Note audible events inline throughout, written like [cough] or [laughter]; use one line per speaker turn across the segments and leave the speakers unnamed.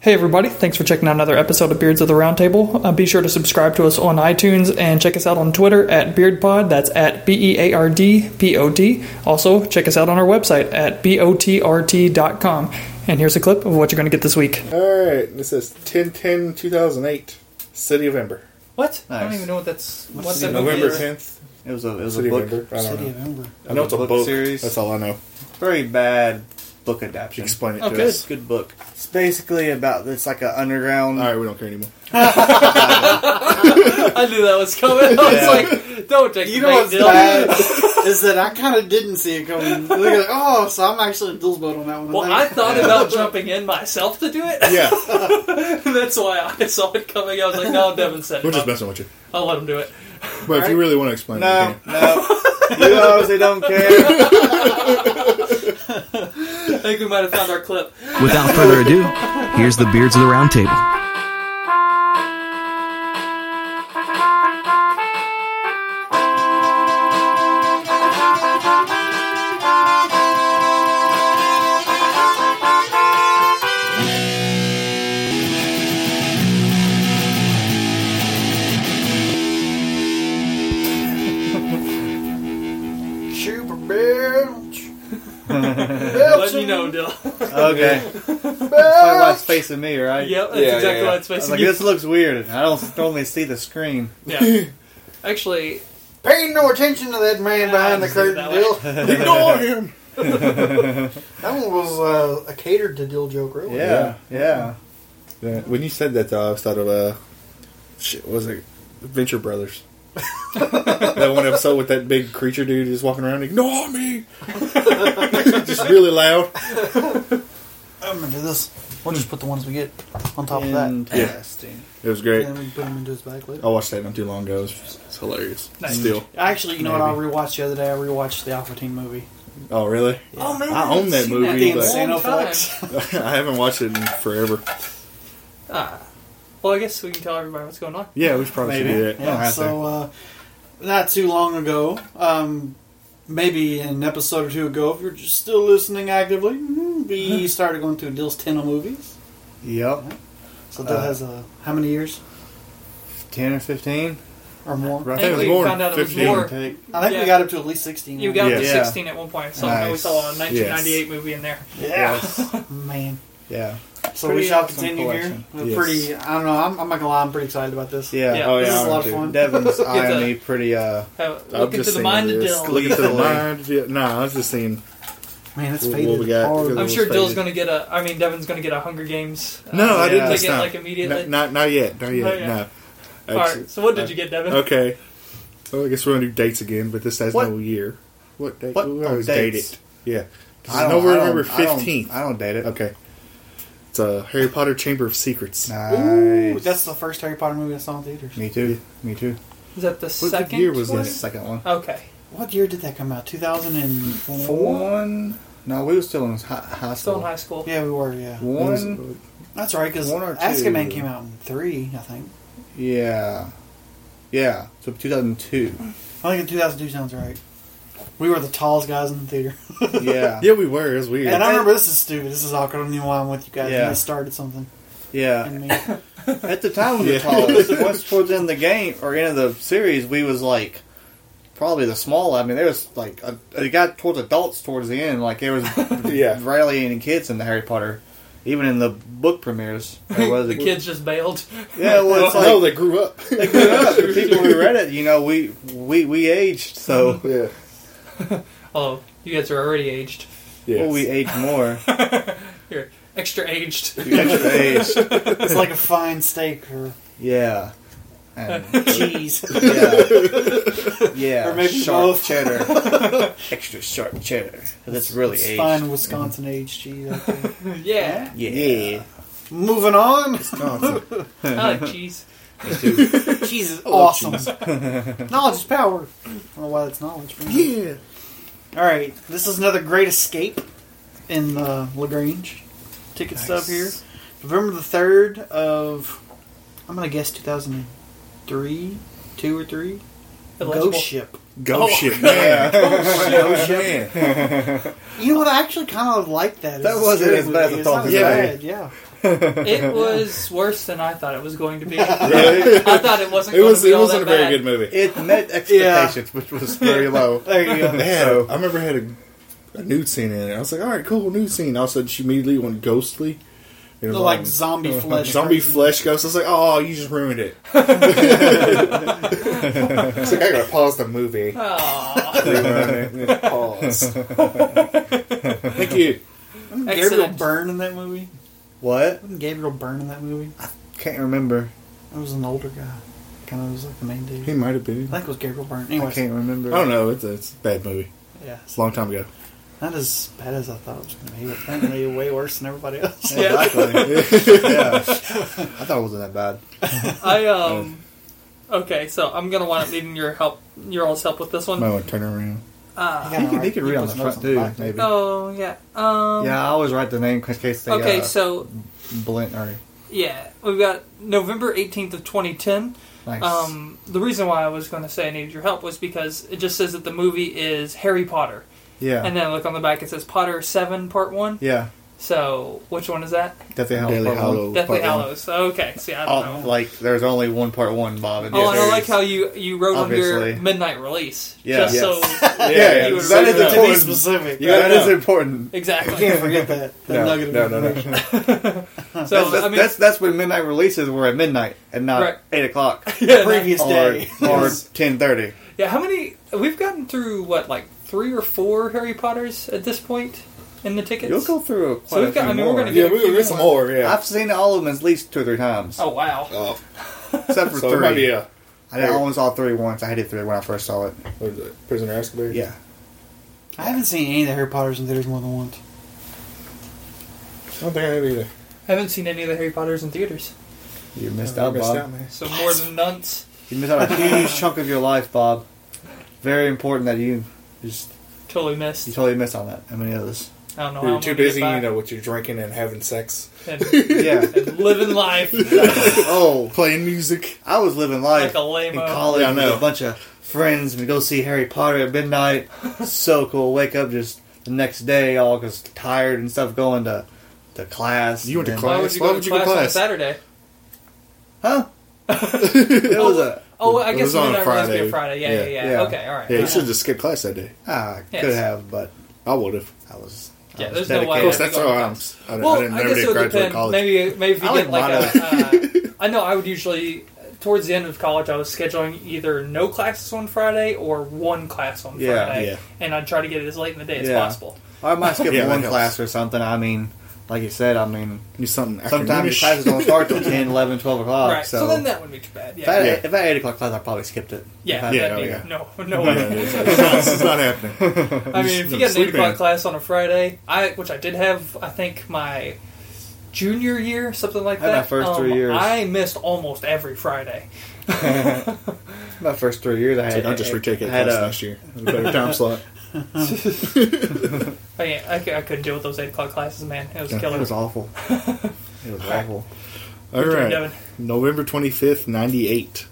Hey, everybody. Thanks for checking out another episode of Beards of the Roundtable. Uh, be sure to subscribe to us on iTunes and check us out on Twitter at BeardPod. That's at B E A R D P O D. Also, check us out on our website at BOTRT.com. And here's a clip of what you're going to get this week.
All right, this is 10 2008, City of Ember.
What? I don't
Nice.
even know what that's. What's
City
that
of
movie
November
is.
10th,
It was a it was
City
a
of
book.
Ember. I don't know.
November.
I know it's a
Book
book.
series.
That's all I know.
Very bad book adaptation.
Explain it
Oh,
to
good.
us.
Good book. It's basically about it's like an underground.
All right, we don't care anymore.
I knew that was coming. I
Yeah.
was like, don't take
You
the
know
bait,
what's
Dylan.
bad
[laughs]
is that I kind of didn't see it coming. Look at it. Oh, so I'm actually in Bill's boat on that one.
Well, I
I, think.
thought about jumping in myself to do it. [laughs]
Yeah, [laughs]
That's why I saw it coming. I was like, no, Devin said
we're
it.
just
I'll,
messing with you.
I'll let him do it.
But if you really want to explain, it, you
No,
can.
no. You know they don't care.
I think we might have found our clip.
Without further ado, here's the Beards of the Round Table.
Super bitch.
Let me know, Dylan.
Okay. That's probably why it's facing me, right?
yep, that's
Yeah, yeah,
exactly
yeah.
what it's
I was
facing
like,
you.
this looks weird. I don't normally see the screen.
Yeah. [laughs] Actually,
Paying no attention to that man
Yeah, I
behind the
understand
curtain,
that
Dill.
one.
[laughs]
ignore him.
That one was uh, a catered to Dill joke, really.
Yeah, yeah.
Yeah, When you said that, though, I was thought of uh, shit. what Was it
[laughs]
Venture Brothers? that one episode with that big creature dude just walking around, ignore me, [laughs] just really loud.
I'm gonna do this. We'll just put the ones we get on top of that,
Interesting.
It was
and
great.
then we put them into his back later.
I watched that not too long ago. It was, it's hilarious.
Nice.
Still.
Actually, you know what? I rewatched the other day. I rewatched the Alpha Teen movie.
Oh, really?
oh man,
I own
haven't
that
seen
movie,
in a
but-
long
Xenoflex.
time.
[laughs] I haven't watched it in forever.
Ah. Well, I guess we can tell everybody what's going on.
Yeah, we should probably should
Maybe.
do that.
I don't
Yeah,
have
so uh, not too long ago, um, maybe an episode or two ago, if you're just still listening actively, mm, we started going through Dill's 10 of movies.
Yep.
So Dill
Uh,
has uh, how many years
Ten or fifteen.
or more?
Right.
I think
was
we
born
found out it was
15.
more.
Take.
I think
Yeah.
we got up to at least 16.
You got up to
Yeah.
16 at one point, so I know we
Nice.
saw a 1998 movie in there.
Yeah.
Yes.
Man.
Yeah.
So
Pretty
we shall
awesome
continue
collection.
here. We're
Yes.
Pretty, I don't know, I'm, I'm not going to lie, I'm pretty excited about this.
Yeah.
Yeah.
Oh
This
yeah.
is
I
a lot
want
of
to.
fun.
Devin's eyeing
a-
me pretty. Uh,
Have,
I'm
look
just
into the
seeing
mind of
this.
Dylan.
Look into the
Look at the
mind. Yeah, nah, I was just seeing.
Man, it's
What-
faded.
what we got?
hard.
Because-
I'm sure
Faded.
Dylan's gonna get a. I mean, Devin's gonna get a Hunger Games. uh,
No, I
yeah.
didn't
They
this
get,
time.
like, immediately?
N- Not, not yet. Not yet.
Not yet.
No.
All right. So what did you get, Devin?
Okay. Well, I guess we're gonna do dates again, but this has
What?
no year. What date?
What?
We
Oh,
always date
dates.
it. Yeah. This
I
is
don't,
November
I don't-
November
I don't-
15th.
I don't date it.
Okay. It's a Harry Potter Chamber of Secrets.
Ooh,
Nice.
that's the first Harry Potter movie I saw in theaters.
Me too. Me too.
Is that the
What
second?
year was
one?
The
this?
second one.
Okay.
What year did that come out? 2004?
One. No, we were still in high, high
Still in
school.
high school.
Yeah, we were, yeah.
One.
That's right, because
One or two.
Azkaban came out in three, I think.
Yeah. Yeah. So 2002.
I think in 2002 sounds right. We were the tallest guys in the theater.
Yeah.
Yeah, we were. It was weird.
And I remember this is stupid. This is awkward. I don't even know why I'm with you guys.
Yeah.
You started something.
Yeah.
And me.
At the time, we were
Yeah.
tallest. Once towards the end of the game or end of the series, we was like probably the small. I mean, there was like a, it got towards adults towards the end. Like there was
Yeah.
rarely any kids in the Harry Potter, even in the book premieres. There
[laughs]
was
The kids just bailed.
Yeah,
[laughs]
well, it's
[laughs]
like
no, they grew up. [laughs]
they [laughs] grew up. The people who read it, you know, we we we aged, so
yeah.
Oh, you guys are already aged.
Yeah.
well, oh, we aged more.
You're extra aged. [laughs]
We extra aged.
It's like a fine steak or
Yeah. And,
[laughs]
[laughs]
cheese.
yeah. Yeah.
Or maybe
sharp
both.
cheddar. Extra sharp cheddar. That's really
it's
aged.
fine Wisconsin aged cheese. I think.
yeah.
Yeah. Oh.
Moving on.
I like cheese.
cheese
Oh,
is awesome.
[laughs]
knowledge is power. I don't know why that's knowledge. but-
yeah.
All right, this is another Great Escape in uh, Lagrange. Ticket stub here, November the third of. I'm gonna guess 2003, two or three.
Illegible.
[laughs]
Ghost ship.
Go shit, man.
Oh, man. [laughs]
You know what? I actually kind of like that.
That
as a
wasn't
scary
as bad as I
movie. It's
thought
not
it
as
was.
bad, Yeah,
It was worse than I thought it was going to be. I
Really?
thought it wasn't.
it
Going to
was
be
it
all
wasn't a
that
very
bad.
good movie.
It met expectations, which was
[laughs]
very low.
There you go.
They had a- I remember it had a, a nude scene in it. I was like, all right, cool, nude scene. All of a sudden, she immediately went ghostly. It was
Look like zombie
[laughs]
flesh.
Zombie
person.
flesh ghost. I was like, oh, you just ruined it. it's like I gotta pause the movie.
Aw,
Pause.
Thank you.
Wasn't Gabriel
Excellent.
Byrne in that movie?
[laughs] What?
Wasn't Gabriel Byrne in that movie?
Can't remember.
That was an older guy. Kind of was like the main dude.
He might have been.
I think it was Gabriel Byrne.
I
Anyway,
can't remember.
I don't know. It's a, it's a bad movie.
yeah,
It's a long time ago.
not as bad as I thought it was going to be. but
[laughs]
Apparently, way worse than everybody else.
Yeah.
Exactly. yeah. I thought it wasn't that bad.
I um. Okay, so I'm gonna wind up needing your help, your all's help with this one.
Might want to turn around.
Uh,
He could, he could read on the front too, maybe.
oh yeah. Um,
Yeah, I always write the name in case they
Okay,
uh,
so
blend or
yeah, we've got November 18th of 2010.
nice.
Um, the reason why I was going to say I needed your help was because it just says that the movie is Harry Potter,
yeah,
and then I look on the back it says Potter Seven Part One.
yeah,
So which one is that?
Deathly Hallows.
Daily
part one.
Hallows.
Deathly
Part One.
Hallows. Okay, see, I don't
Oh,
know.
like there's only one part one, Bob. And
Oh, and I
Jerry's.
like how you you wrote on your
Obviously.
midnight release.
Yeah.
Just
Yes.
so
Yeah,
yeah,
you
yeah.
would
that is
say that.
[laughs] To be
important.
specific,
Yeah,
that
I
is
know.
important.
[laughs]
I
exactly.
can't forget that. that
No,
nugget of
no, no, no.
information.
So
that's, that's,
I mean,
that's that's when midnight releases were at midnight and not
Right.
eight
[laughs]
o'clock
yeah,
Previous
or,
day.
or ten thirty.
yeah. How many? We've gotten through what like three or four Harry Potters at this point in the tickets.
You'll go through quite
So
a
we've got-
few
I mean, we're
more.
gonna
Yeah, we're gonna get some more. Yeah.
I've seen all of them at least two or three times,
Oh wow.
Oh,
except for
[laughs] so uh, it
three.
might be a
I only saw three once. I hated three when I first saw it.
what is it, prisoner Azkaban.
Yeah,
I haven't seen any of the Harry Potters in theaters more than
[laughs]
once.
I don't think I have either.
I haven't seen any of the Harry Potters in theaters.
you missed
I
out,
missed
Bob.
out, man.
So more than nuns.
You missed out a huge [laughs] chunk of your life, Bob. Very important that you just
Totally
you
missed.
totally missed on that. How many others?
I don't know. how
You're
I'm
too
gonna get
busy,
by.
you know, with your drinking and having sex,
And,
Yeah.
and living
[laughs]
life
[laughs] oh,
playing music.
I was living
like
life
a lame.
in college
Yeah, I know.
with a bunch of friends. We go see Harry Potter
[laughs]
at midnight. so cool. Wake up just the next day, all just tired and stuff, going to to class.
You went to
and-
Why
class?
would you
Why
go
would
to
you go
class, on
class?
Saturday?
Huh? it was a
Oh, I
It
guess
was on
midnight release would be a
Friday.
Friday. Yeah, yeah,
Yeah.
yeah.
Yeah.
Okay, all right.
Yeah, you
Yeah.
should have just skipped class that day.
ah, I
[laughs] Yes.
could have, but
I would have.
I was. I
Yeah, there's
was
no way.
Of course, that's
Go
how
to
I'm.
class.
I, didn't-
Well,
I didn't
I
never
guess it
did
would
graduate
depend.
college.
Maybe, maybe if you
I
get
like
like a.
[laughs]
Uh, I know I would usually towards the end of college I was scheduling either no classes on Friday or one class on
Yeah,
Friday,
yeah.
and I'd try to get it as late in the day as
Yeah.
possible.
I might skip
Yeah, that
one
helps.
class or something. I mean, like you said, I mean,
Do something.
sometimes your
afternoonish.
classes don't start [laughs] till 10, 11, 12 o'clock.
right.
Uh, So,
So, then that wouldn't be too bad.
if, I
Yeah.
had,
Yeah.
if I had 8 o'clock class, I probably skipped it. If I
Yeah.
had-
Yeah,
that'd
oh,
be,
yeah.
No. No.
Yeah,
way.
[laughs] it's not happening.
I mean, if you get
Just
an eight
sleep
o'clock
in.
class on a Friday, I which I did have, I think my junior year, something like
I had
that. um,
my first three years.
I missed almost every Friday.
My first three years, I had.
I'll just retake it
I had,
class
uh,
next year. It's [laughs] a better time slot.
I, mean, I, cou- I couldn't deal with those eight o'clock classes, man. It was
It
killer.
was awful. It was awful.
All
turn,
right,
Devin.
November twenty fifth, ninety eight.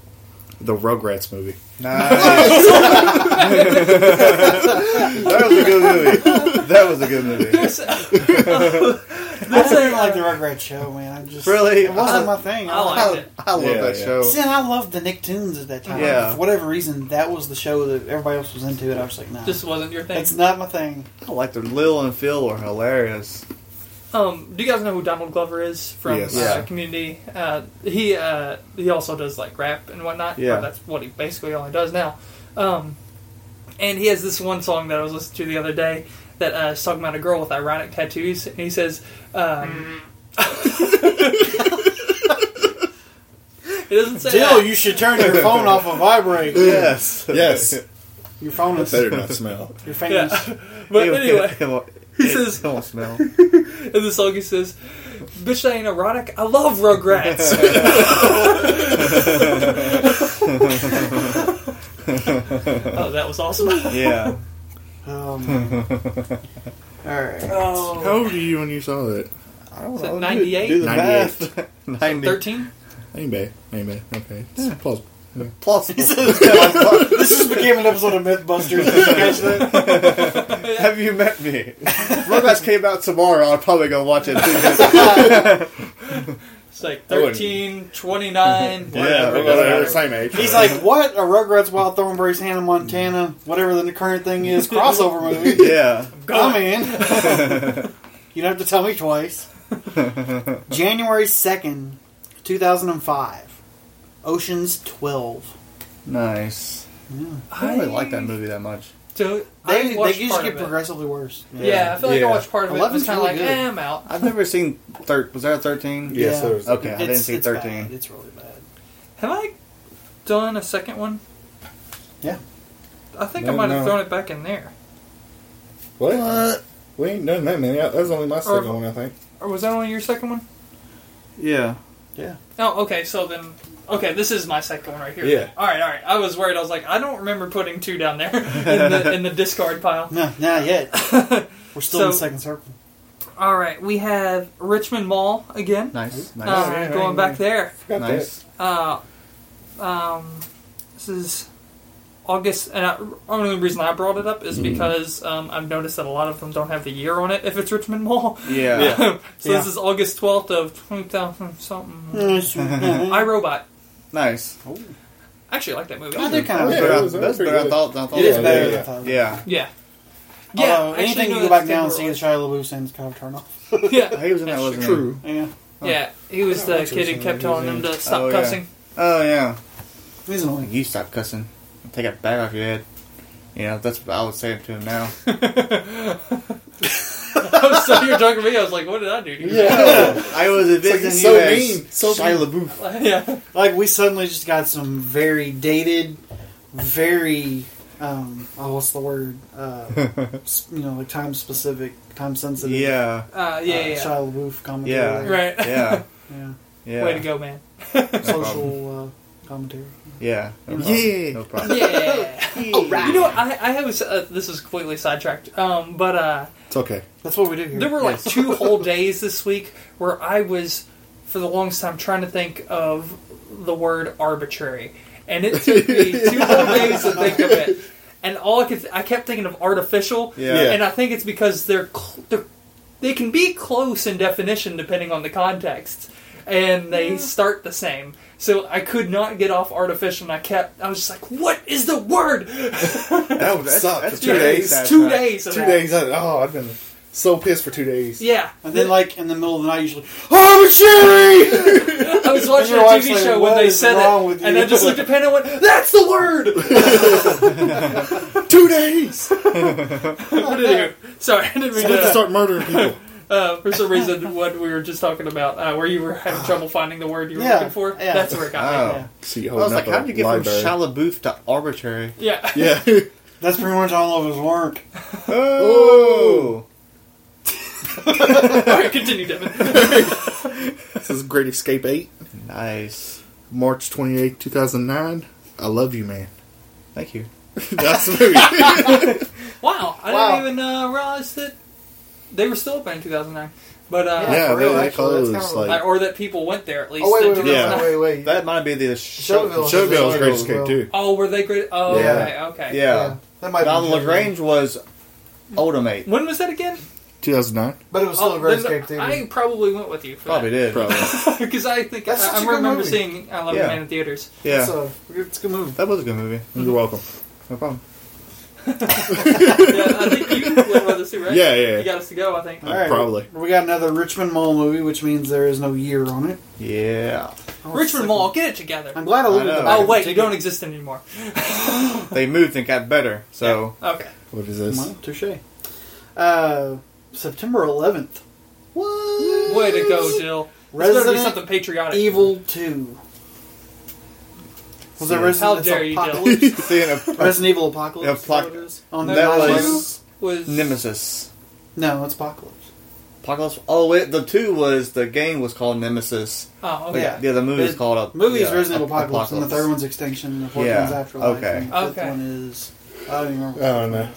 The Rugrats movie.
Nice. that was a good movie. That was a good movie.
I didn't like the Rugrats show, man. I just
Really?
it wasn't
I-
my thing.
I liked it.
I love
Yeah,
that
yeah.
show.
See, and I loved the Nicktoons at that time.
Yeah.
For whatever reason, that was the show that everybody else was into, and I was like, nah,
Just wasn't your thing.
that's not my thing.
I like the Lil and Phil were hilarious.
Um, do you guys know who Donald Glover is from
Yes.
uh,
Yeah.
Community? Uh, he uh, he also does like rap and whatnot.
Yeah.
Or that's what he basically only does now. Um, and he has this one song that I was listening to the other day that uh, is talking about a girl with ironic tattoos, and he says, [laughs] um, "It doesn't say
Still,
that.
you should turn your phone off
[laughs]
of vibrate.
Yes.
Yes,
Your phone
[laughs]
is
better not smell.
your fingers.
Yeah. [laughs] But anyway,
he
says-
"Don't smell."
in the song he says, "Bitch, that ain't erotic. I love Rugrats." [laughs] oh, that was awesome.
Yeah. [laughs]
Oh man. All right.
How
Oh,
old were you when you saw that?
I don't
Is it
know.
98?
Do the
98.
[laughs] math. 90.
thirteen.
Ain't bad. Ain't bad. Okay, it's plausible.
Plausible.
this just became an episode of MythBusters. Did you catch that?
Have you met me? If [laughs] Rugrats came out tomorrow, I'd probably go watch it.
It's like
I wouldn't.
13, 29.
Yeah, we're
we're
about
gonna-
the same age.
He's [laughs] like, what? A Rugrats Wild Thornberries Hannah Montana, whatever the current thing is,
[laughs]
crossover movie.
[laughs] yeah. [laughs]
Come in. you don't have to tell me twice. January 2nd, 2005. Ocean's 12.
Nice. I
I
don't really like that movie that much.
So I
They, they
watched
just
part
get
of it.
progressively worse.
Yeah. I feel like
Yeah.
I watched part of it. and was
11's
kind of
really
like,
good.
eh, I'm out.
I've never seen. Thir- was there a 13?
yeah,
Yeah.
so there's
Okay, I didn't
It's-
see
it's
13.
bad. It's really bad.
Have I done a second one?
Yeah.
I think I
No,
might have
no.
thrown it back in there.
what? We ain't done that many. That was only my second one, I think.
Or was that only your second one?
Yeah.
Oh, okay. So then, okay, this is my second one right here.
Yeah.
All right, all right. I was worried. I was like, I don't remember putting two down there [laughs] in the in the discard pile.
No,
[laughs]
not yet. We're still in
So-
the second circle.
All right, we have Richmond Mall again.
Nice. Nice.
Uh,
yeah,
going
yeah.
back there.
Forgot
nice.
Uh, um, this is August, and I, only reason I brought it up is because um, I've noticed that a lot of them don't have the year on it if it's Richmond Mall. [laughs]
Yeah.
so
Yeah.
this is August twelfth of twenty thousand something.
[laughs] I
I Robot.
[laughs] Nice.
I actually like that movie.
do kind of.
Yeah,
But I-
it was- it was
that's
pretty
better than I
good.
thought. than I thought
It is
Yeah,
better
yeah,
than I thought.
Yeah.
Yeah.
Although,
actually,
anything
no,
you go
that's
back now and see
Deborah
the Shia LaBeouf in is kind of a turn off.
Ross. [laughs] yeah.
yeah. He was in that, wasn't
[laughs]
he?
True.
Yeah.
Yeah, he was the
That's
kid who
what
kept
it
telling
was.
them to stop
Oh, yeah.
cussing. [laughs]
Oh, yeah.
He's annoying.
You stop cussing. Take that bag off your head. You know, that's what I would say to him now.
I was so you're talking to me. I was like, "What did I do?" to you?
Yeah.
I was
like,
envisioning
it's
you
so
as
mean, so
Shia
mean.
[laughs]
LaBeouf.
yeah.
Like, we suddenly just got some very dated, very, um, oh, what's the word? Uh, s- you know, like time specific, time sensitive.
Yeah.
Uh,
uh,
yeah, yeah, yeah.
Shia LaBeouf commentary.
Yeah.
Right.
Yeah.
Yeah.
[laughs]
Yeah.
Way to go, man.
Social uh, commentary.
Yeah. No problem.
Yeah. [laughs]
No problem.
Yeah. [laughs] You know, what, I, I have a s uh, this is completely sidetracked, um, but uh,
It's okay.
That's what we do here.
there were like
[laughs]
two whole days this week where I was, for the longest time, trying to think of the word arbitrary, and it took
[laughs]
me two whole days to think of it. And all I could, I kept thinking of artificial,
Yeah.
and I think it's because they're, cl- they're they can be close in definition depending on the context, and they start the same. So I could not get off artificial, and I kept. I was just like, "What is the word?"
That would suck.
that's
for two
good.
days.
That's
two
right.
days. Of
Two
that.
days. I- Oh, I've been so pissed for two days. Oh,
Yeah,
And then, like, in the middle of the night, usually,
Arbitrary!
I was watching a
your wife's
TV
like,
show
"What
when they
is
said
wrong
it,
with
and
you?
I just looked at Penn and went, "That's the word."
[laughs] two [laughs] days!
Anyway, [laughs] Sorry, I didn't mean
I have to
to.
start murdering people.
Uh, for some reason, what we were just talking about, uh, where you were
[sighs]
having trouble finding the word you were
Yeah,
looking for,
yeah.
that's where it got me.
Oh.
See,
I was like, how did you get from Shia LaBeouf to arbitrary?
[laughs]
Yeah. [laughs]
[laughs]
Yeah. [laughs]
that's pretty much all of his work.
Oh!
All right, continue, Devin. [laughs]
this is Great Escape 8,
Nice.
March twenty eighth, 2009. I love you, man.
Thank you.
[laughs] That's the
[laughs]
movie.
Wow, I
Wow.
didn't even uh, realize that they were still open in 2009. But uh,
yeah,
for
they,
real,
they closed.
actually, that's kind of
like,
uh, or that people went there at least.
Oh, wait,
in
wait, wait,
2009.
wait, wait, wait.
That might be the show.
Showgirl.
Showgirl is Great
Showgirl.
Escape, too.
Oh, were they great? Oh,
Yeah.
okay, okay.
Yeah.
That might
Donald
be
LaGrange was older mate.
When was that again?
2009?
But it was still
Oh,
a great
then
escape theater.
I probably went with you. For [laughs]
Probably did.
Probably.
because I think I,
That's such a
I
good
remember
movie.
seeing I Love
Yeah.
You Man in theaters.
[laughs] Yeah.
It's a, it's a good movie.
that was a good movie.
You're welcome.
No problem.
yeah, I think you went with us too, right?
Yeah, yeah,
You
yeah.
got us to go. I think.
All right,
Probably.
We got another Richmond Mall movie, which means there is no year on it.
Yeah.
Oh,
Richmond
sick.
Mall, get it together.
I'm glad I looked
I
at the
know.
back
oh
of the
wait, you
ticket.
don't exist anymore.
They moved and got better, so.
Okay.
What is this?
Well, touche. Uh, September 11th. What?
Way to go, Jill. There's gotta be
Resident
something patriotic.
Evil 2. Was there
How
Resident
dare you, Dylan.
[laughs]
Apocalypse?
Seeing
[laughs]
a,
Resident Evil Apocalypse? is that what it is? On
No,
uh, that
Netflix?
was
Was
Nemesis.
No, it's Apocalypse.
Apocalypse. Oh, wait, the two was the game was called Nemesis.
Oh,
But
okay.
yeah, the movie is
It-
called. A,
Movie is
yeah,
Resident Evil
Ap-
Apocalypse, and the third one's Extinction, the fourth
Yeah,
one's Afterlife,
okay.
and the fifth
Okay.
one is... I don't even remember.
I don't know.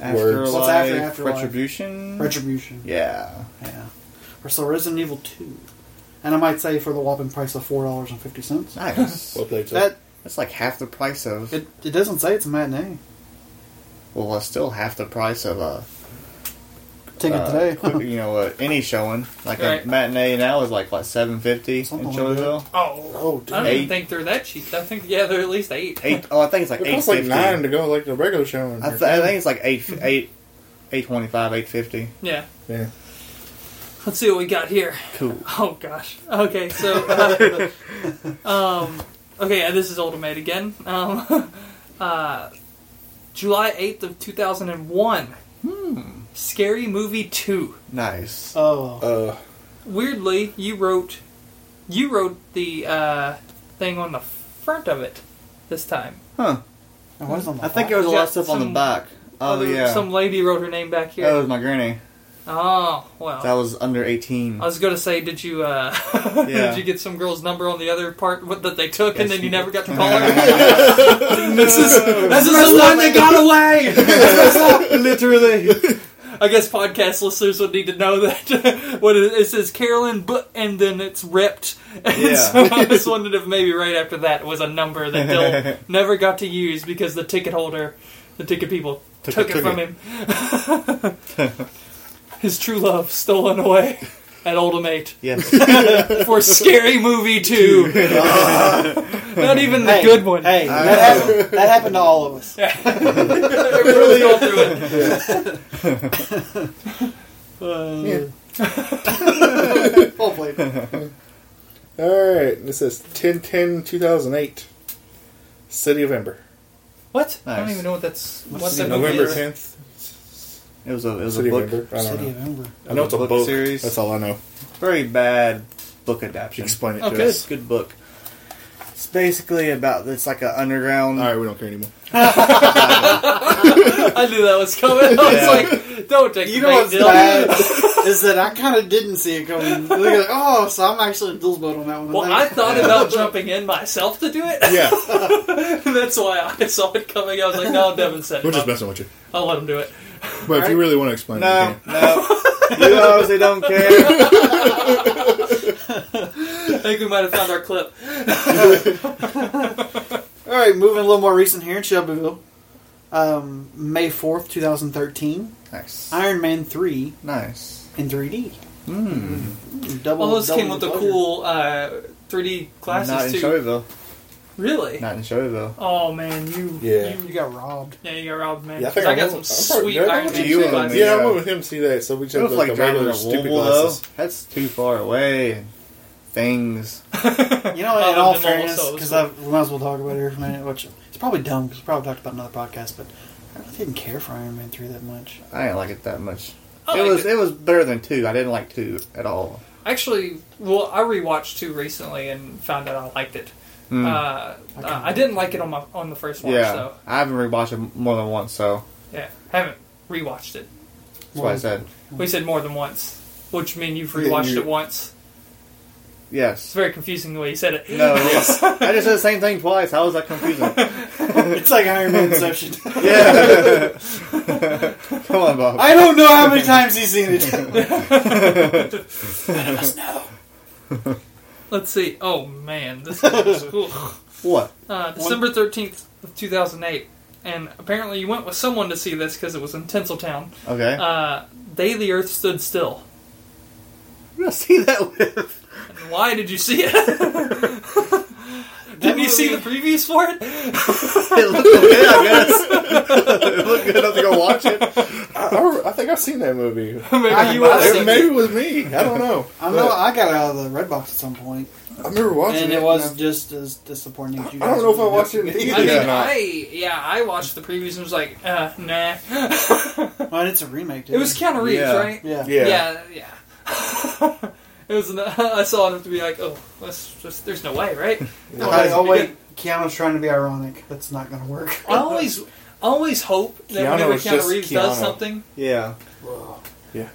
Afterlife,
Words.
What's after Afterlife?
Retribution.
Retribution.
Yeah.
Yeah. Or so Resident Evil 2. And I might say for the whopping price of $4.50.
Nice. [laughs]
Well played, sir.
That
That's like half the price of.
It, it doesn't say it's a matinee.
Well, it's still half the price of a.
Ticket
uh,
today.
quick- [laughs] you know, uh, any showing like
Right.
a matinee now is like what seven fifty in
Something like
Charlottesville.
Oh,
[laughs] oh,
I don't
dude.
Eight.
even think they're that cheap. I think yeah, they're at least eight.
Eight, oh, I think it's like
It
eight
costs like
fifty.
nine
I,
to go like the regular showing.
th- I think it's like eight, eight, eight twenty-five, eight fifty.
Yeah.
Yeah.
Let's see what we got here. [laughs]
Cool.
Oh gosh. Okay, so uh, um, okay, yeah, this is Ultimate again. Um, [laughs] uh, July eighth of two thousand and one. Hmm. Scary Movie Two.
Nice.
Oh,
Uh,
Weirdly, you wrote you wrote the uh, thing on the front of it this time.
Huh.
now what is on the
I think
back?
there was a lot
Got
of stuff on the
some
back. Oh
Other-
yeah.
Uh, Some lady wrote her name back here.
That was my granny.
oh well.
That was under eighteen.
I was gonna say, did you uh, [laughs]
Yeah.
did you get some girl's number on the other part what, that they took,
Yes,
and then you
you
never got to [laughs]
did.
call her? this is this is the one that got away. [laughs]
Literally.
I guess podcast listeners would need to know that [laughs] what it, it says, Carolyn, but and then it's ripped. [laughs] And
Yeah.
so I was wondering if maybe right after that was a number that [laughs] Dill never got to use because the ticket holder, the ticket people took,
Took
it
it,
from him. [laughs] His true love stolen away at Ultimate.
yes.
[laughs] for Scary Movie [laughs] 2. Not even the
Hey,
good one.
Hey, that, happened, that happened to all of
[laughs]
us.
Everyone's going through it.
yeah.
Well played.
All right. This is 10 2008. City of Ember.
[laughs] What? I don't
Nice.
even know what that's. What
What's
that
the
movie
November
is.
10th.
It was a it was
City
a
of
book.
Ember. I don't
City
know.
of Ember.
I know it's a
Book
book,
series.
That's all I know.
Very bad book adaptation.
Explain it
Oh,
to
good.
us.
It's a good book. It's basically about it's like an underground.
All right, we don't care anymore.
I knew that was coming. I
Yeah.
was like, don't take
You
the
know
bait,
what's
Dill.
bad [laughs] is that I kind of didn't see it coming. Look at it. Oh, so I'm actually in Dill's boat on that one.
Well, I
think.
thought about jumping in myself to do it.
[laughs] Yeah,
[laughs] That's why I saw it coming. I was like, no, Devin said
we're
it.
just
I'll,
messing with you.
I'll let him do it.
But if you really want to explain,
No,
it,
no. You obviously don't care.
I think we might have found our clip.
All right, moving a little more recent here in Shelbyville. Um, May 4th, 2013.
Nice.
Iron Man 3
Nice.
in 3D.
Hmm.
Mm.
Double,
All those
double
came with the
pleasure.
cool uh, 3D
Not in
glasses, too.
Shelbyville.
Really?
Not in Shelbyville.
Oh, man, you.
Yeah.
You got robbed.
Yeah, you got robbed, man.
Yeah, I
'Cause
think
I,
I
got
will.
some
I'm probably
sweet
dead.
Iron Man
You
2
owe
glasses.
me.
yeah, I went with him to see that, so we
It
took
was
the,
like
the
driving
regular
a
stupid
Volvo, though.
glasses.
That's too far away. Things.
[laughs] You know,
Oh,
in all
the normal
fairness,
sodas.
because we might as well talk about it here for a minute, which it's probably dumb because we probably talked about it in another podcast, but I really didn't care for Iron Man 3 that [laughs] much.
I didn't like it that much.
I
it
liked
was
it.
it was better than two. I didn't like two at all.
Actually, well, I rewatched two recently and found out I liked it.
Mm.
Uh, uh, I didn't like it on my on the first watch,
yeah,
though.
I haven't rewatched it more than once, so
Yeah, haven't rewatched it.
that's what I said.
We said more than once, which mean you've
Yeah,
rewatched
you-
it once. It's
Yes.
very confusing the way you said it.
No. Oh, Yes. I just said the same thing twice. How is that confusing?
It's like Iron Man Inception.
yeah. Come on, Bob.
[laughs] I don't know how [laughs] many times he's seen it.
Let's see. Oh man, this is cool.
what?
Uh, December thirteenth of two thousand eight, and apparently you went with someone to see this because it was in Tinseltown.
Okay.
Uh, Day the Earth Stood Still.
I'm gonna see that with.
Why did you see it? [laughs] Didn't you see the previews for it?
It looked okay, I guess. it looked good enough to go watch it.
I, [laughs] I, I think I've seen that movie.
Maybe you
I-
were
I-
It,
thinking-
[laughs] maybe it was me. I don't know.
[laughs] I know I got it out of the red box at some point,
[laughs] I remember watching
and
it.
it was
and
just as disappointing. as you
I, I don't
guys
know if [laughs] I
were.
watched it in the
I
theater
mean,
or not.
I yeah, I watched the previews and was like, uh, nah. [laughs]
Well, it's a remake.
it was Keanu Reeves,
Yeah.
right?
yeah.
Yeah.
yeah. yeah. [laughs] it was. n- I saw enough to be like, oh, that's just, there's no way, right?
I was like, oh wait, Keanu's trying to be ironic. That's not going to work.
I
[laughs]
always, I always hope that
Keanu
whenever
was
Keanu
just
Reeves does
Keanu.
something,
Yeah.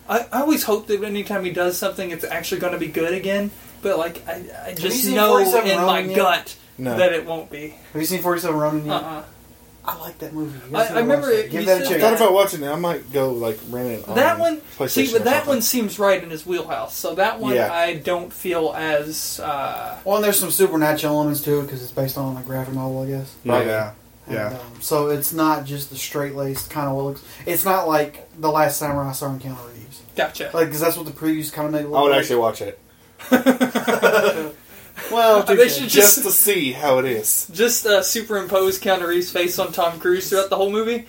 I, I always hope that anytime he does something, it's actually going to be good again. But like, I, I
you
just
seen
know
47
in my
Ronin yet?
gut
No. Hmm.
that it won't be.
Have you seen Forty Seven Ronin yet?
Uh-uh.
I like that movie. You
I-
guys
I
gotta
remember
watch that.
it-
Give
you
that a
said
check
I thought
out.
about watching it. I might go like rent it. On
That one,
Um, PlayStation
see, but
or
that
something.
one seems right in his wheelhouse. So that one,
Yeah.
I don't feel as. Uh,
Well, and there's some supernatural elements to it because it's based on a graphic novel, I guess.
Yeah.
yeah.
And,
Yeah.
um, so it's not just the straight laced kind of what looks. It's not like the last samurai I saw in Keanu Reeves.
gotcha.
Like, because that's what the previews kind of made. it look
I would
like.
actually watch it
Well,
they should [laughs]
just
just
to see how it is.
just uh, superimpose Keanu Reeves' face on Tom Cruise throughout the whole movie,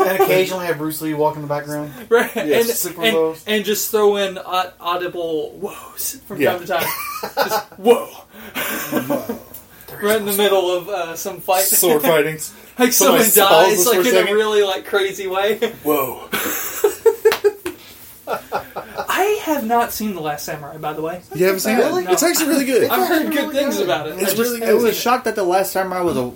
and occasionally have Bruce Lee walk in
[laughs]
the background.
right?
Yes,
and, and,
superimpose.
and just throw in au- audible whoas from
Yeah.
time to time.
[laughs]
just whoa, right in the middle of uh, some fight.
Sword
[laughs]
fightings.
[laughs] like someone
Somebody
dies
pauses for
like
a
in a
second.
really like crazy way.
Whoa.
[laughs] I have not seen The Last Samurai, by the way.
You haven't seen
Really?
it? It's actually really
[laughs]
good.
I've heard good things about it. I
It's
just
really
I
haven't
good.
was
seen it.
shocked that the last time I was a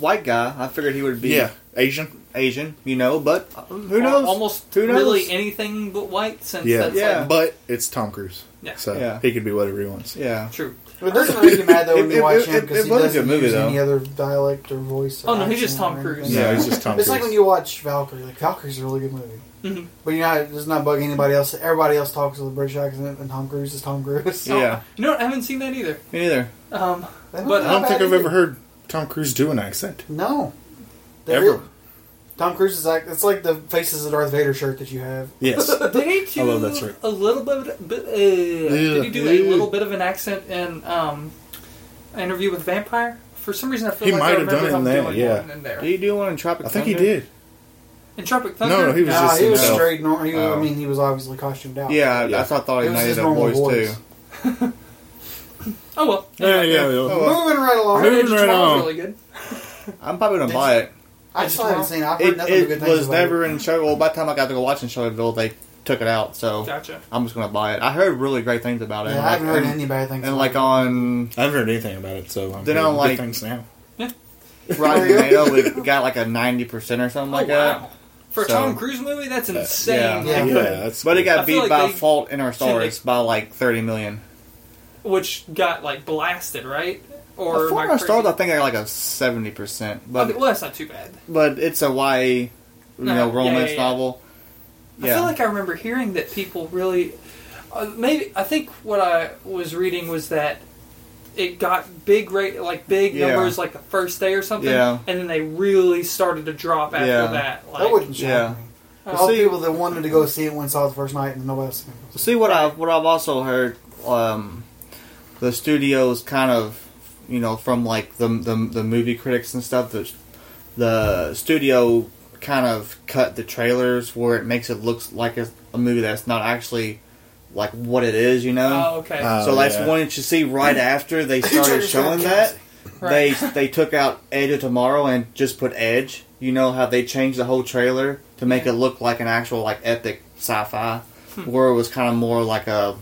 white guy, I figured he would be
Yeah, Asian.
Asian, you know, but uh, who
Or
knows?
Almost
Who knows?
really anything but white since
Yeah,
that's
Yeah.
like
but it's Tom Cruise,
Yeah.
so
Yeah.
he can be whatever he wants.
Yeah.
true.
But this doesn't make you mad though when
It-
you
it-
watch
it-
him because
it
he
was a
doesn't
good movie,
use
though.
any other dialect or voice. Or
Oh, no, he's just
accent
Tom
or
Cruise.
anything.
Yeah, he's just Tom Cruise.
It's like when you watch Valkyrie. Like Valkyrie's a really good movie, but you're not. It's not bugging anybody else. Everybody else talks with a British accent, and Tom Cruise is Tom Cruise.
Yeah.
You know what? I haven't seen that either.
Me neither.
Um,
[laughs] They
But
I don't
have
think
that
I've
either.
ever heard Tom Cruise do an accent.
No, They
Ever.
didn't. Tom Cruise is like it's like the faces of Darth Vader shirt that you have.
Yes.
did he do
I love that shirt.
a little bit? bit uh, did he do a
Yeah.
little bit of an accent in um, Interview with Vampire? For some reason, I feel
He
like I
might have
remember
done it
him
in that,
doing
yeah.
one in there.
Did he do one in Tropic
I think he
Thunder?
did.
In Tropic
No,
Thunder.
no, he was
Nah,
just
he was
himself.
straight. Normal. He, I
Oh.
mean, he was obviously costumed out.
Yeah, I-
Yeah.
I thought thought
Oh,
he
it was
made
his
that
normal
voice,
voice.
too.
Oh well.
Yeah, yeah, yeah.
Moving right along.
Moving
Edge of
right
Tomorrow's
on.
really good.
I'm probably gonna
Did
buy it.
I just haven't seen. it. I've heard
It,
nothing but good
it
things
was
about it.
never in show. Well, by the time I got to go watch in Charlottesville, they took it out. So
Gotcha.
I'm just gonna buy it. I heard really great things about it.
Yeah,
and
I haven't
like,
heard
and-
any bad things.
And
about
like
it. [laughs]
on
I haven't heard anything about it, so I'm
Then
hearing
I'm
good
like-
things now.
Rotten Tomato, it got like a ninety percent or something
oh
like
wow.
that.
For a
So-
Tom Cruise movie, that's insane.
Yeah,
Yeah. Good.
that's
But it
good.
got
I feel like
beat by
they
Fault in Our Stars
should've-
by like thirty million.
Which got like blasted, right? Or
Fault
am I
in Our
crazy?
Stars, I think, I got like a seventy percent. But
Okay, well, that's not too bad.
but it's a YA, you
No,
know,
yeah,
romance
yeah, yeah.
novel.
I
Yeah,
feel like I remember hearing that people really, uh, maybe I think what I was reading was that it got big rate, like big
Yeah.
numbers, like the first day or something,
Yeah.
and then they really started to drop after
Yeah.
that. Like,
that wouldn't shock
Yeah.
me.
Uh,
All the
see-
people that wanted to go see it went saw it the first night, and nobody else.
see what I what I've also heard. Um, the studios kind of, you know, from like the the, the movie critics and stuff. The the studio kind of cut the trailers where it makes it look like a, a movie that's not actually like what it is. You know.
oh, okay.
Uh,
so
Oh,
that's
yeah.
one that you see right after they started
Trailers
showing
got
that.
Right.
They
[laughs]
they took out Edge of Tomorrow and just put Edge. You know how they changed the whole trailer to make it look like an actual like epic sci-fi,
Hmm.
where it was kind of more like a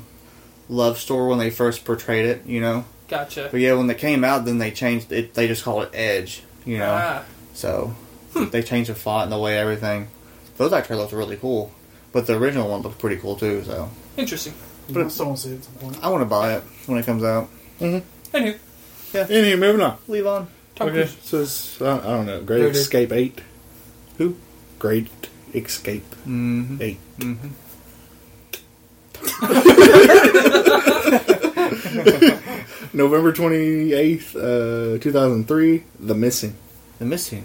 love story when they first portrayed it. You know,
gotcha.
but yeah, when they came out, then they changed it. They just called it Edge. You know,
Ah,
so
Hmm.
they changed the font and the way everything. Those actually looked really cool, but the original one looked pretty cool too. So
interesting.
But I still want to see it at some point.
I want to buy it when it comes out.
Anywho,
Anyway, moving on.
Leave on.
Tom
okay,
Cruise.
so it's, uh, I don't know. Great
Great
Escape Eight. Who? Great Escape
Mm-hmm.
8 [laughs] November twenty eighth, uh, two thousand three. The Missing.
The Missing.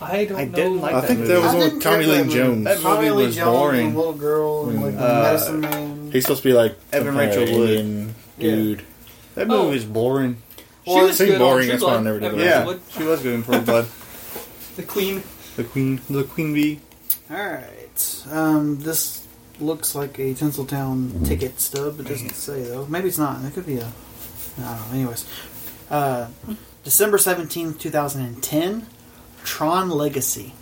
I don't
I
know.
didn't like
I
that
think
movie.
that was
I
one
didn't
with Tommy
care
Lee
about that
Jones.
That
Tommy
movie
Lee
was
Jones
boring.
and little girl and like the
Uh,
medicine man.
He's supposed to be like
Evan
some kind of
Rachel Wood.
Indian
Yeah.
dude.
That
Oh.
movie was boring.
She
Well, it
was
seemed
good on
boring,
True
that's why I
Blood.
never did
Evan
it.
Yeah,
Wood,
she was good in Pearl Blood.
The Queen.
The Queen, the Queen Bee.
All right, um, this looks like a Tinseltown ticket stub. It doesn't say though. Maybe it's not. It could be a. I don't know. Anyways, uh, December seventeenth, two thousand and ten. Tron Legacy.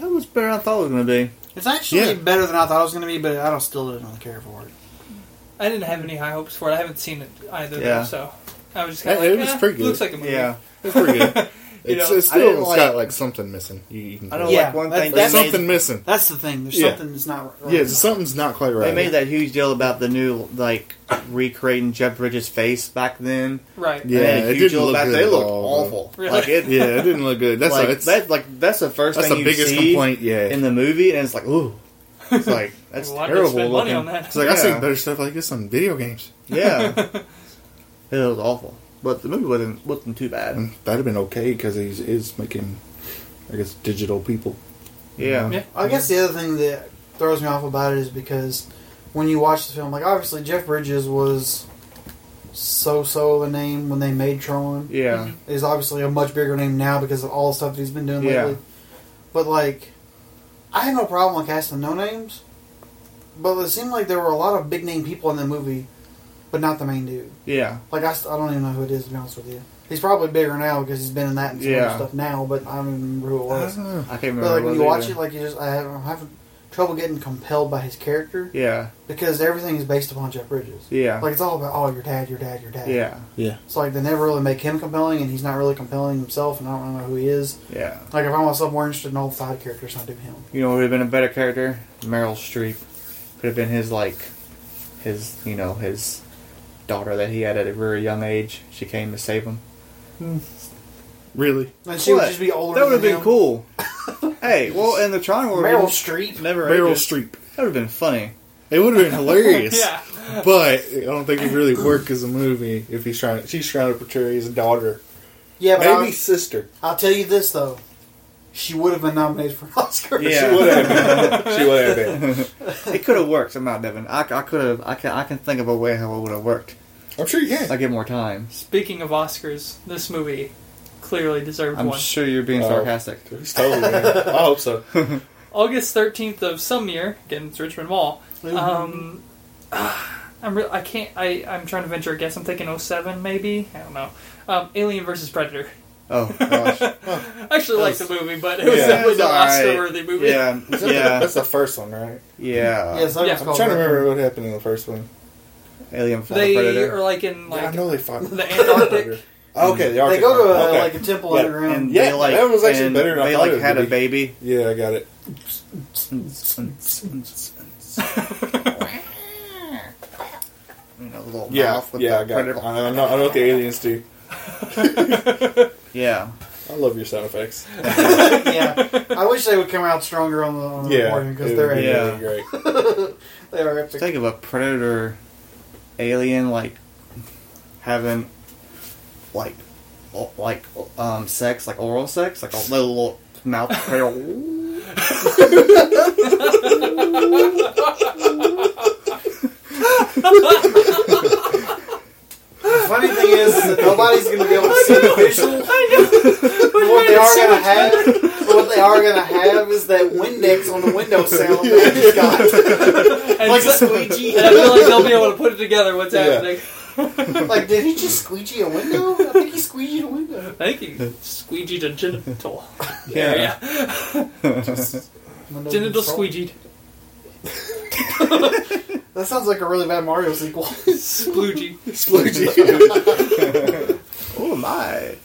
That was better than I thought it was gonna be.
It's actually
Yeah.
better than I thought it was going to be, but I don't still didn't really care for it.
I didn't have any high hopes for it. I haven't seen it either,
Yeah.
though, so I was just
It-
kind of like,
it was
eh,
pretty good.
looks like a movie.
Yeah,
[laughs]
It's pretty good. It's,
know,
it's
I didn't
still it's
like-
got like something missing. You, you can
I don't
tell.
Yeah,
like one
that's-
thing.
There's
that
they
something
made,
missing.
That's the thing. There's
Yeah.
something that's not right.
Yeah, something's not quite right.
they made that huge deal about the new like recreating Jeff Bridges' face back then.
Right.
Yeah,
They made a
it
huge
didn't
deal
look
about-
good
They
at
looked
all,
awful.
Really?
Like it.
[laughs] Yeah, it didn't look good. That's
like,
like, it's,
that, like that's the first
that's
thing
the
you
biggest
see
complaint. Yeah,
in the movie, and it's like ooh,
[laughs]
it's like that's
Why would you
terrible
spend money
looking.
on that?
it's like I've
Yeah.
seen better stuff like this on video games.
[laughs]
Yeah, it was awful. But the movie wasn't wasn't too bad.
And that'd have been okay because he's is making, I guess, digital people.
Yeah,
Yeah.
I guess the other thing that throws me off about it is because when you watch the film, like obviously Jeff Bridges was so so of a name when they made Tron.
Mm-hmm.
yeah.
Is obviously a much bigger name now because of all the stuff that he's been doing
Yeah.
lately. But like, I had no problem with casting no names, but it seemed like there were a lot of big name people in the movie, but not the main dude.
yeah.
Like I, st- I don't even know who it is to be honest with you. He's probably bigger now because he's been in that and some other
Yeah.
stuff now, but I don't even remember who it
I
was.
don't know.
I can't remember.
But like
what
when you
was
watch
either.
it, like you just I have, I have trouble getting compelled by his character
yeah,
because everything is based upon Jeff Bridges.
yeah,
Like it's all about oh your dad, your dad, your dad.
yeah,
It's like they never really make him compelling, and he's not really compelling himself, and I don't really know who he is.
yeah.
Like if I myself more interested in all the side characters, I do him.
You know, who would have been a better character. Meryl Streep could have been his like, his you know his daughter that he had at a very young age. She came to save him.
Really?
And she
What?
would just be older.
That would have
than
been
him.
cool.
[laughs]
hey, well, in the Tron world,
Meryl Streep.
never
Meryl
ages.
Streep.
That would have been funny.
It would have [laughs] been hilarious.
Yeah.
But I don't think it really work as a movie if he's trying. She's trying to portray his daughter,
Yeah, but I-
maybe sister.
I'll tell you this though, she would have been nominated for [laughs] an Oscar.
Yeah.
She would have. [laughs] been. she would have been.
It could have worked somehow, Devin. I, I could have. I can. I can think of a way how it would have worked.
I'm sure you
If
can.
I get more time.
Speaking of Oscars, this movie clearly deserved
I'm
one.
sure you're being
Oh.
sarcastic.
He's
[laughs]
totally. in. I hope [laughs] so.
August 13th of some year, again, it's Richmond Mall. Um, [sighs] I'm re- I can't, I, I'm trying to venture a guess. I'm thinking 07 maybe? I don't know. Um, Alien versus Predator.
Oh gosh.
I actually liked the movie, but it was
Yeah.
definitely
It's
the
all right.
Oscar worthy movie.
yeah. Yeah.
That's the first one, right?
Yeah.
yeah, so
Yeah.
it's
I'm
called
trying to
Red Room.
remember what happened in the first one.
Alien Fall
They
Predator.
are like in
Yeah, I
like [laughs]
know they fought
the Antarctic.
[laughs] okay, the
They
Arctic
go to
one.
a,
Okay.
like a temple
Yeah.
underground.
And
Yeah,
they like
that was actually
and
better than I
They
thought it
like
would
had a
be.
[laughs] baby.
Yeah, I got it.
You know, little
Yeah,
mouth with
yeah,
the
I got it.
predator.
I know, I know what the aliens do.
Yeah.
I love your sound [laughs] effects.
yeah, [laughs] I wish they would come out stronger on the, on the
Yeah,
recording because
it
they're
would be
Yeah.
really great.
they are epic.
Think of a predator alien like having like o- like um sex, like oral sex, like a little mouth
[laughs]
predator.
The funny thing is that nobody's going to be able to see the visual. [laughs] What they are going to have, what they are going to have, is that Windex on the window sound that we
[laughs]
just got,
And
like a
so- [laughs]
squeegee.
and I feel like they'll be able to put it together what's
Yeah.
happening.
Like, did he just squeegee a window? I think he squeegeed a window.
I think he squeegeed a genital.
Yeah.
yeah.
[laughs]
Windows
Genital
installed.
squeegeed.
That sounds like a really bad Mario sequel. [laughs]
Sploogee.
Sploogie.
Oh my.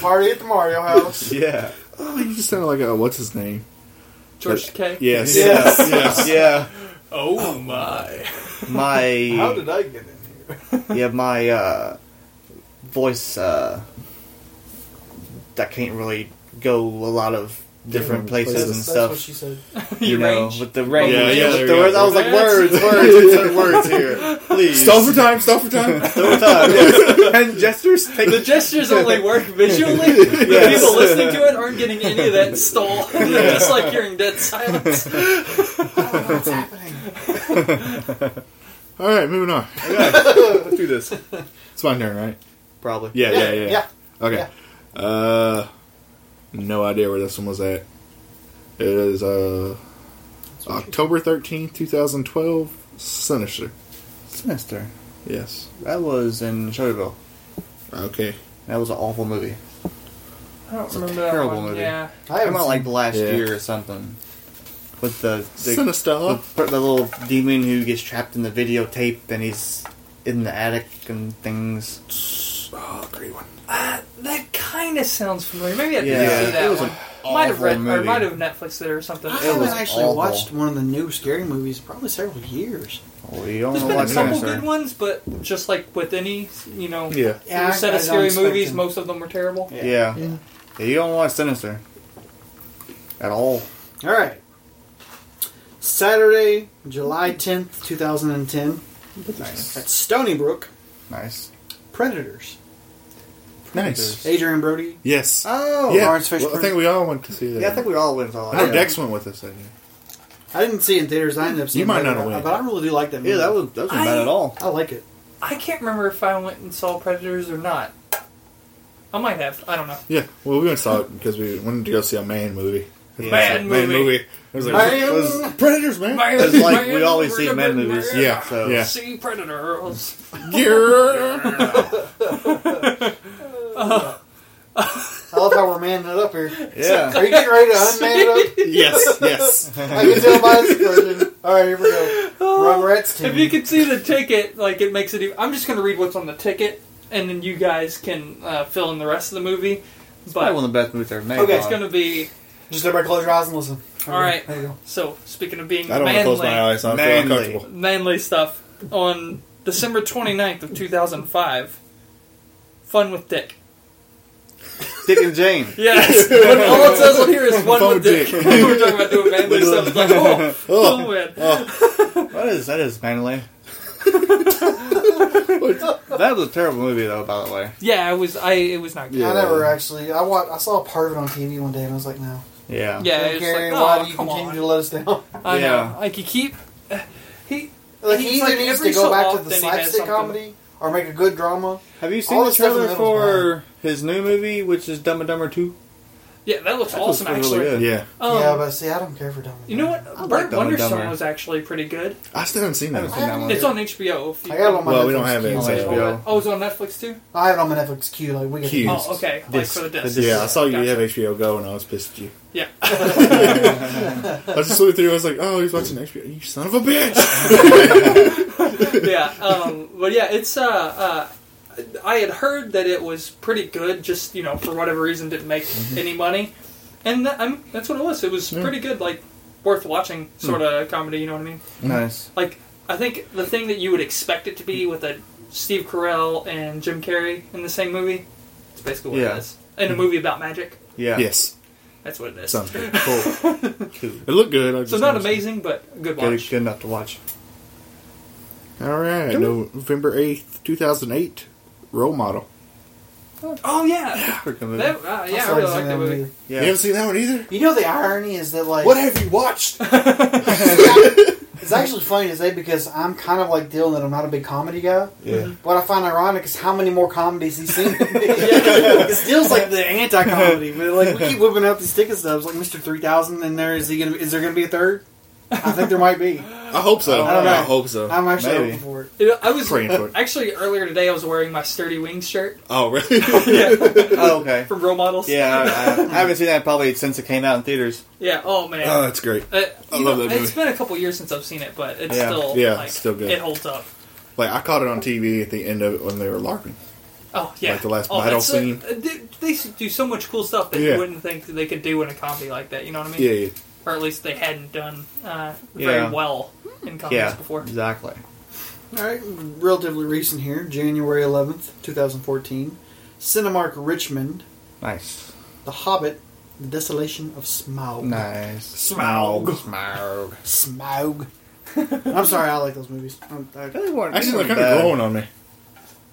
Party at the Mario House.
Yeah.
[laughs] oh, you just sound like a what's his name?
George K.
[laughs] Yes.
Yes. Yeah.
Oh [laughs] my.
My
How did I get in here?
yeah, my uh, voice uh, that can't really go a lot of
Different
different places,
places.
and
That's
stuff.
what she said.
you
Your
know,
range.
with the range.
Yeah, yeah,
with
there
the
you
words.
go.
I was like, words,
That's-
words, insert
[laughs]
words here, please.
Stall for time. [laughs] Stall for time.
Third time.
[laughs]
[laughs]
yes. and gestures. Take
The gestures only
[laughs]
work visually. The
Yes.
People listening to it aren't getting any of that stall. [laughs] They're just like hearing dead silence.
I don't know what's happening.
All right, moving [laughs] on. Let's do this. It's my turn, right?
probably.
Yeah, yeah, yeah.
yeah.
Okay. Uh, no idea where this one was at. It is uh October thirteenth, two thousand twelve. Sinister.
Sinister.
Yes.
That was in Shelbyville.
Okay.
That was an awful movie.
I don't
a
remember that
terrible
one.
movie.
Yeah.
I
Came
haven't
out
seen
like last
Yeah.
year or something. With the, the
Sinister.
the, the little demon who gets trapped in the videotape and he's in the attic and things.
Oh, three one.
Uh, That kind of sounds familiar. Maybe I did
Yeah.
see that
It was
one.
an
Might have
awful
read or
movie.
might have Netflix it or something.
I
It
haven't
was
actually
awful.
watched one of the new scary movies in probably several years.
Well, you don't
There's
know
been a
what
couple
sinister.
good ones, but just like with any, you know,
Yeah.
Yeah, I-
set of
I
scary
don't expect
movies,
them.
most of them were terrible.
Yeah.
Yeah. yeah. You don't want sinister at all.
All right. Saturday, July 10th, 2010,
Nice.
at Stony Brook,
Nice.
Predators.
Nice.
Adrian Brody.
Yes.
Oh.
yeah.
Lawrence Fishburne.
Well, I think we all went to see that.
Yeah, I think we all went to all
I know
that.
Dex went with us. I think.
I didn't see it in theaters. I ended up seeing
You might
it,
not
but I-
have went.
But I really do like that movie.
Yeah, that was that wasn't bad at
[laughs]
all.
I like it.
I can't remember if I went and saw Predators or not. I might have. I don't know.
Yeah. Well, we went and saw it because we wanted to go see a man movie.
Yeah.
Man movie.
movie. It was like
Man.
it was Predators, man.
It's like we always see men movies.
Yeah.
So
Yeah.
See Predators.
Yeah.
I love how we're manning it up here.
yeah.
[laughs] Are you getting ready to unman it
[laughs]
up?
yes.
[laughs]
Yes.
I can tell by this question. All right, here we go.
[laughs]
Rugrats team.
If you can see the ticket, like it makes it. Even, I'm just gonna read what's on the ticket, and then you guys can uh, fill in the rest of the movie.
Probably
But
one of the best movies ever made.
Okay,
it's gonna be
Just everybody close your eyes and listen.
All right.
There you go.
so. Speaking of being
I don't want to close
manly,
my eyes. I feel
Manly.
uncomfortable.
manly stuff on December 29th of 2005. Fun with Dick.
Dick and Jane.
Yes. but all it says on here is fun,
Fun
with
with
Dick. [laughs]
Dick.
we were talking about doing manly stuff. It's like, oh, oh man.
That is that is manly. that was a terrible movie though, by the way.
Yeah, it was. I it was not good.
Yeah.
I never actually. I wa I saw a part of it on TV one day, and I was like, no.
Yeah.
Yeah,
Don't
it was
care
like,
why
oh,
do you
come
continue
on.
to let us down?
I
Yeah.
know. Like you keep. uh, he.
Like he
He's
either
like,
needs
every
to go
so
back to
often he
the slapstick
has something.
comedy or make a good drama.
Have you seen
All
the
the stuff in
trailer
the middle was
for his new movie, which is Dumb and Dumber Two?
Yeah, that looks
That looks
awesome.
really
actually,
good.
Yeah.
Um,
yeah, but see, I don't care for drama.
you know what? Burt
like Dumb and
Wonderstone
Dumber.
was actually pretty good.
I still haven't seen
I haven't
that.
seen that one.
It's on HBO. If you,
I got it on my.
Well,
Netflix
we don't have it,
queue.
on
so-
HBO.
Oh, it's on Netflix too.
I have it on my Netflix queue. Like we get
Queue.
Oh, okay. Like
Disc.
for the
The
disc.
disc.
Yeah, I saw you
Gotcha.
have HBO Go, and I was pissed at you.
Yeah.
I was just looked through. I was like, "Oh, he's watching HBO. You son of a bitch!"
yeah, um, but yeah, it's uh, uh, I had heard that it was pretty good. Just you know, for whatever reason, didn't make any money, and that, I mean, that's what it was. It was pretty good, like worth watching sort of comedy. You know what I mean?
Nice.
Like I think the thing that you would expect it to be with a Steve Carell and Jim Carrey in the same movie, it's basically what
Yeah.
it is. In a movie about magic,
Yeah.
Yes,
that's what it is.
sounds good.
Cool. cool.
It looked good. I just
so not
noticed.
amazing, but a good
Good,
watch.
good enough to watch.
All right, November eighth, two thousand eight. Role model.
Oh yeah,
Freaking movie.
that, uh, yeah, I
Sorry,
really
I
like that
haven't seen
movie.
yeah.
You haven't seen that one either.
You know the irony is that like
What have you watched?
it's actually funny to say because I'm kind of like Dylan that I'm not a big comedy guy.
Mm-hmm.
Yeah.
What I find ironic is how many more comedies he's
[laughs]
seen. [laughs] Because Dylan's like the anti-comedy, but like we keep whipping out these ticket stubs like Mr. Three Thousand, and there is he gonna is there gonna be a third? I think there might be.
I hope so.
I don't know.
I hope so.
I'm actually
Maybe.
[laughs] hoping for it.
You know, I was
Praying for it.
actually earlier today. I was wearing my Sturdy Wings shirt.
Oh, really?
Oh, okay.
from role models.
Yeah, I, I haven't seen that probably since it came out in theaters.
yeah. Oh man,
oh, that's great.
Uh,
I
you
love
know,
that
It's been a couple years since I've seen it, but it's
Yeah.
still
Yeah,
like,
it's still good.
It holds up.
Like I caught it on TV at the end of it when they were LARPing.
Oh yeah,
Like the last
oh,
battle
it's, uh,
scene.
They, they should do so much cool stuff that
Yeah.
you wouldn't think that they could do in a comedy like that. You know what I mean?
Yeah, yeah.
Or at least they hadn't done uh, very
Yeah.
well in comedies
Yeah,
Oh, before.
exactly.
All right, relatively recent here, January 11th, 2014. Cinemark Richmond,
Nice,
The Hobbit, The Desolation of Smaug.
nice.
Smaug.
Smaug.
Smaug. [laughs] I'm sorry, I like those movies. I'm, I, kind
Actually, they're kind of growing on me.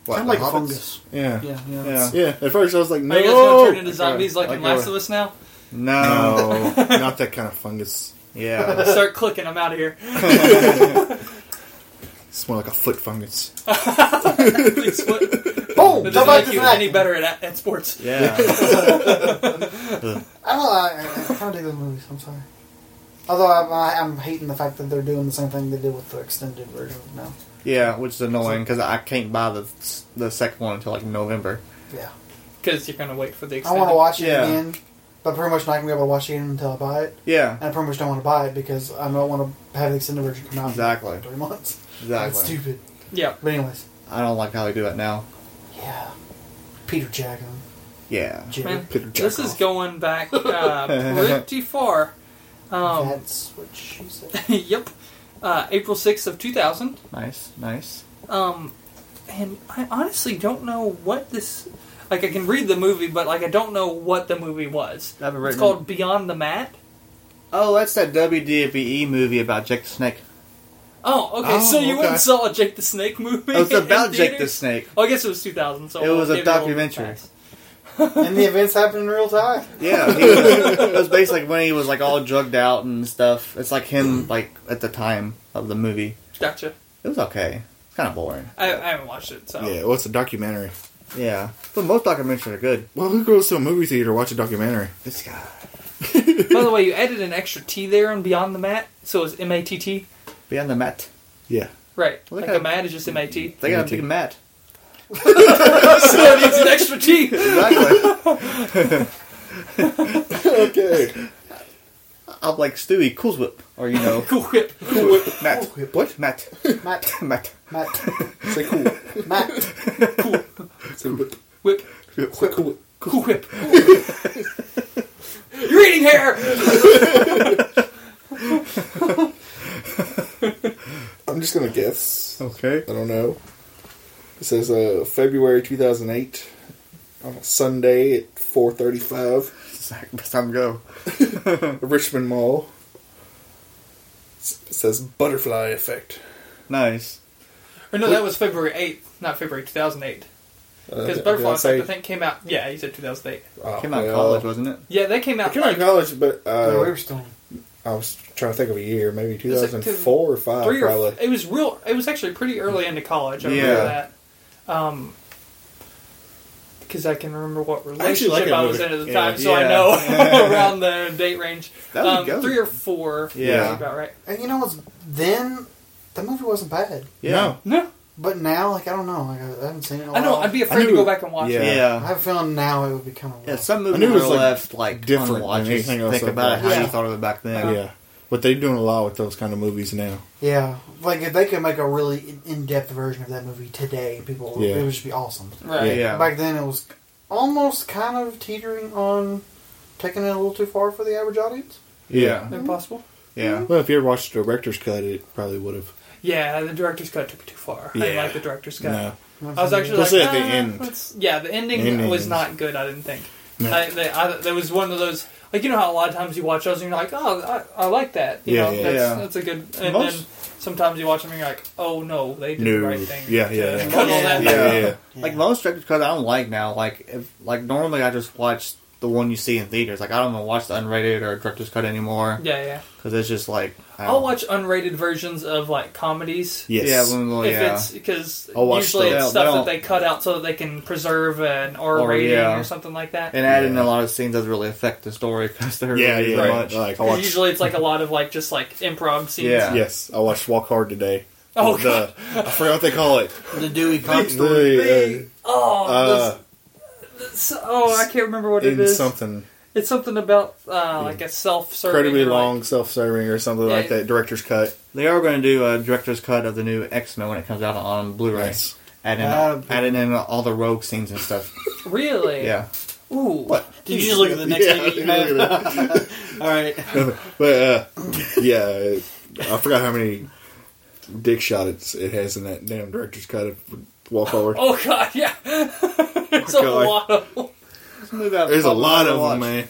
of like fungus.
Yeah.
Yeah, yeah.
Yeah.
Yeah. At first, I was like, "No."
Are you guys gonna turn into zombies
Okay.
like in
Like
Last
a-
of Us
[laughs]
now?
No.
No, [laughs] not that kind of fungus.
Yeah.
Start clicking. I'm out of here. [laughs]
It's more like a foot fungus.
Please, what?
Boom!
That doesn't
Jump Oh, back
make
to
you
that.
any better at, at sports.
[laughs] Yeah.
I don't know, I, I, I can't do those movies, I'm sorry. Although I'm, I, I'm hating the fact that they're doing the same thing they did with the extended version now.
Yeah, which is annoying because I can't buy the the second one until like November.
Yeah.
Because you're gonna wait for the.
I
Extended.
want to watch it
Yeah.
again, but pretty much not going to be able to watch it again until I buy it.
Yeah.
And I pretty much don't want to buy it because I don't want to have the extended version come out
Exactly.
in three months. That's
Exactly.
stupid.
Yeah.
But anyways,
I don't like how they do it now.
yeah. Peter Jackson.
Yeah.
Jimmy.
Man,
Peter
this
Jack
is
off.
going back
[laughs]
uh, pretty far.
Oh.
Um,
That's what she said.
[laughs] yep. Uh, April 6th of 2000.
Nice, nice.
Um, and I honestly don't know what this. Like, I can read the movie, but, like, I don't know what the movie was.
That'd be
It's
written-
called Beyond the Mat.
Oh, that's that WDBE E movie about Jake the Snake.
Oh, okay.
Oh,
so you
okay.
went and saw a Jake the Snake [laughs] movie?
It was Oh, about
in
Jake the
theaters?
Snake.
Oh, I guess it was 2000. So
It
I'll
was a
give you little
documentary.
pass.
[laughs] and the events happen in real time.
Yeah, he was, it was basically when he was like all drugged out and stuff. It's like him like at the time of the movie.
Gotcha.
It was okay. It's kind of boring.
I, I haven't watched it, so
Yeah, well, it's a documentary.
Yeah, but most documentaries are good.
Well, who goes to a movie theater to watch a documentary?
This guy.
By the way, you added an extra T there on Beyond the Mat, so it's M A T T.
Beyond the mat.
Yeah.
Right.
Well, they
like
got-
a mat is just M A
[laughs]
T.
They got a
Me too.
big mat.
so it needs an extra T.
Exactly.
Okay.
I'm like Stewie Cool Whip, or you [laughs] know,
Cool whip.
Matt. What? Matt. [laughs]
Matt,
Matt.
Matt,
[laughs] Say cool.
Matt.
Say whip.
Whip.
Whip. Say cool.
Cool
[laughs]
whip. You're eating hair.
I'm just gonna guess.
Okay.
I don't know. It says uh, February 2008 on a Sunday at 4:35,
It's time to go.
Hmm. Richmond Mall. S- It says butterfly effect.
Nice.
Or Oh, no, that was February 8th, not February 2008. Because
Uh,
Butterfly
did say-
Effect, I think, came out. Yeah, you said 2008.
Oh,
Came out in
well,
college, wasn't it?
Yeah, they came
I
out.
came out in
Like,
college, but
No, we
uh,
were still.
I was trying to think of a year, maybe
was like
2004 or five,
three or
probably.
f- it was real. It was actually pretty early into college. I
Yeah.
remember that. Um, because I can remember what relationship
like that
I was
movie.
in at the
Yeah.
time, so I
Yeah.
know around the date range.
That was
um,
good.
three or four.
Yeah.
sounds about right.
And you know what's then? That movie wasn't bad,
Yeah.
No,
but now, like I don't know, like I I haven't seen it. In a
I know.
while.
I'd be afraid
I
to
knew-
go back and watch
Yeah.
Yeah.
it.
I
yeah.
have a feeling now it would be kind of.
some
I
movies
knew it
were
was, like,
left like
different than
different watches.
anything else
Think
I've
about it, how
watched.
you
Yeah.
thought of it back then.
uh,
Yeah, but they're doing a lot with those kind of movies now.
Yeah, like if they could make a really in depth version of that movie today, people
Yeah.
it would just be awesome.
Right.
Yeah.
Back then, it was almost kind of teetering on taking it a little too far for the average audience.
Yeah.
Impossible.
Yeah.
Well, if you ever watched the director's cut, it probably would have.
Yeah, the director's cut took me too far. I didn't
Yeah.
like the director's cut.
No.
I was actually
Plus
like,
at the
"Ah,
end."
let's-" Yeah, the ending
Ending
was
is-
not good. I didn't think.
No.
I, they, I, there was one of those like you know how a lot of times you watch those and you're like, oh, I, I like that. You
Yeah,
know,
yeah,
that's,
yeah.
that's a good. And
Most-
then sometimes you watch them and you're like, oh no, they did the
No.
right thing.
Yeah, yeah,
to
yeah.
Cut all that.
Yeah.
Yeah, yeah.
Like most director's cuts, I don't like now. Like if like normally I just watch the one you see in theaters. Like I don't even watch the unrated or director's cut anymore
Yeah, yeah.
because it's just like I
I'll
don't-
watch unrated versions of like comedies.
Yes.
Yeah, when, well,
if
yeah.
it's because
Oh, I'll watch
usually it's
those. Yeah,
stuff
they
that
don't-
they cut out so that they can preserve an R
Oh,
Or,
rating
yeah.
or something like that.
and adding
Yeah.
a lot of scenes doesn't really affect the story [laughs] because they're
yeah,
really
yeah.
very
Right.
much.
Like I
'Cause
watched.
usually it's like a lot of like just like improv scenes.
Yeah.
yes, I watched Walk Hard today.
Oh,
the, I forgot what they
[laughs]
call it.
the Dewey Cox story.
The,
Oh,
uh, uh,
this- oh, I can't remember what it
in
is.
something
It's something about uh, like a self-serving,
incredibly
or, like-
long, self-serving, or something
Yeah.
like that. Director's cut.
They are going to do a director's cut of the new X Men when it comes out on Blu-ray.
Nice.
Adding
Uh,
Ah,
adding in all the rogue scenes
[laughs]
and stuff.
Really?
yeah.
Ooh.
Did you just look at the next
Yeah,
thing you
look at
have?
that.
All right,
But uh, yeah, I forgot how many dick shot it's, it has in that damn director's cut of Walk Forward.
Oh god, yeah. [laughs] it's a
God.
lot of
There's
oh,
a lot of them, man.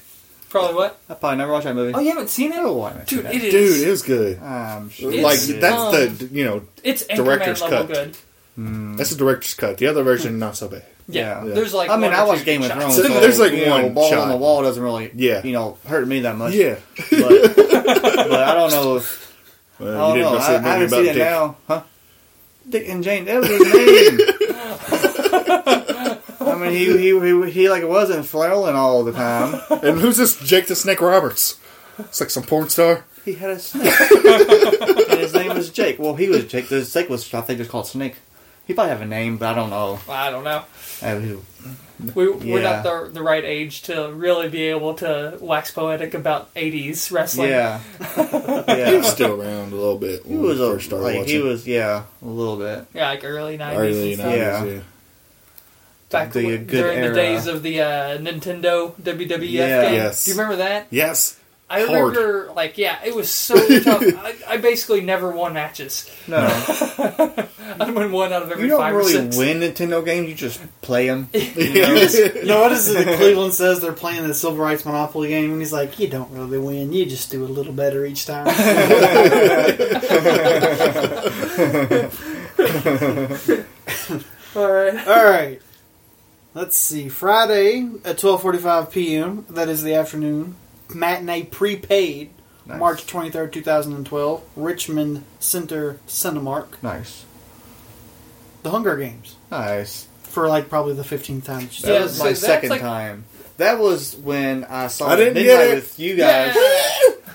probably what?
I probably never watched that movie.
Oh, you haven't seen it,
Why am I
dude.
saying
It is,
Dude, it was good.
that? Um, shit.
It's-
like
Yeah.
that's
um,
the you know
it's
director's
Anchorman level
cut.
good.
that's the director's cut. The other version not so bad.
Yeah.
Yeah.
There's like
I mean,
one or
I watched
two
Game of
shots.
Thrones.
So
so,
there's, like,
you know,
one
ball
shot.
on the wall doesn't really,
Yeah.
you know, hurt me that much.
Yeah, [laughs]
but, but I don't know. If, I
well,
don't know.
go see
I,
a
I
movie
haven't
about
seen it
dick.
now, huh? Dick and Jane. That was his
[laughs]
name. I mean, he he he, he like wasn't flailing all the time.
And who's this Jake the Snake Roberts? It's like some porn [laughs] star.
He had a snake. and his name was Jake. Well, he was Jake. The snake was, I think, just called Snake. He probably have a name, but I don't know. Uh,
I don't know.
I mean,
We, We're
Yeah.
not the, the right age to really be able to wax poetic about 80s wrestling.
[laughs]
yeah,
He
yeah.
was still around a little bit.
He
When
was
we
a,
first started
like
watching.
he was yeah a little bit.
Yeah, like early 90s.
early
and stuff.
nineties.
Yeah.
Yeah.
back
the
when-
good
during
era.
the days of the uh, Nintendo WWF
Yeah.
game.
Yes.
Do you remember that?
[laughs]
Yes.
I
Hard.
remember, like, yeah, it was so tough. I, I basically never won matches. [laughs]
no.
I won one out of every
You don't
five
really
or six.
win Nintendo games. You just play
[laughs]
them.
[laughs]
[laughs]
No, what is it? that Cleveland says they're playing the civil rights monopoly game, and he's like, "You don't really win. You just do a little better each [laughs] time."
All right.
All right. Let's see. Friday at 12:45 p.m. That is the afternoon matinee prepaid.
Nice.
March 23rd, 2012, Richmond Center Cinemark.
Nice,
The Hunger Games.
nice.
For like probably the 15th time. She
That
said.
Yeah,
was
so
my
that's
second
like-
time. That was when I saw
I
it
didn't
at
get
midnight
it.
with you guys.
Yeah.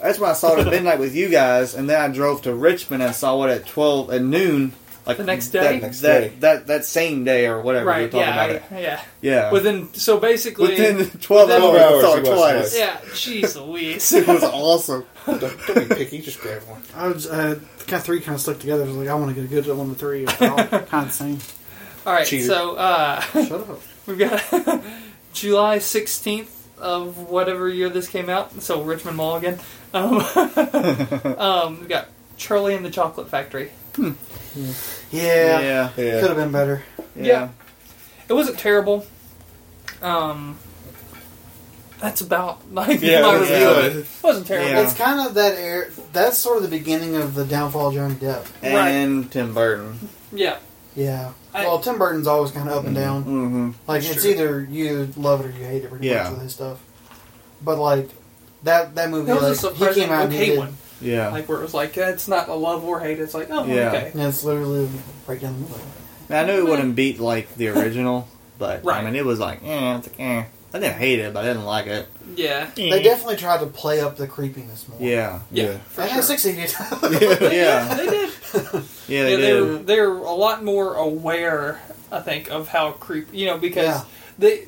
That's when I saw it at midnight with you guys, and then I drove to Richmond and saw it at twelve at noon. Like
The next
that-
day?
that,
Next
that,
day.
that that same day or whatever we were
Right,
talking
yeah,
about it.
I- yeah.
Yeah,
Within, so basically,
within twelve
within-
hours, I saw it
Twelve hours, it was,
twice.
yeah, jeez Louise.
[laughs] It was awesome.
Don't, don't be picky. Just grab one.
I was, uh, kind of three kind of stuck together. I was like, I want to get a good one with three. They're
[laughs]
all kind of the same.
All right,
Cheater.
so uh, [laughs]
Shut up.
we've got [laughs] July 16th of whatever year this came out, so Richmond Mall again. Um, [laughs] um, we've got Charlie and the Chocolate Factory.
Yeah.
yeah.
Yeah.
Could have been better.
Yeah. It wasn't terrible. Um, that's about [laughs] like
Yeah,
my
that's
review. of It.
good.
It wasn't terrible.
Yeah.
It's kind of that air. That's sort of the beginning of the downfall of Johnny Depp.
and Tim Burton.
Yeah,
Yeah.
I-
well, Tim Burton's always kind of up and down.
Mm-hmm.
Like
That's
it's
true.
either you love it or you hate it. Pretty
Yeah.
much with his stuff. But like that that movie,
that was a
like, he
surprising
came out and he
okay
did-
one.
Yeah.
Like where it was like eh, it's not a love or hate. It's like oh
Yeah.
okay.
And it's literally right down the middle.
Now, I knew it wouldn't beat like the original, but I
Right.
mean it was like, eh, it's like, eh. I didn't hate it, but I didn't like it.
Yeah,
They definitely tried to play up the creepiness more.
Mm-hmm. Yeah,
yeah,
Yeah.
for
and
sure.
they succeeded.
[laughs]
[laughs]
yeah,
They did.
yeah.
Yeah,
[laughs] They
they were
did.
they were a lot more aware, I think, of how creep. You know, because
Yeah.
they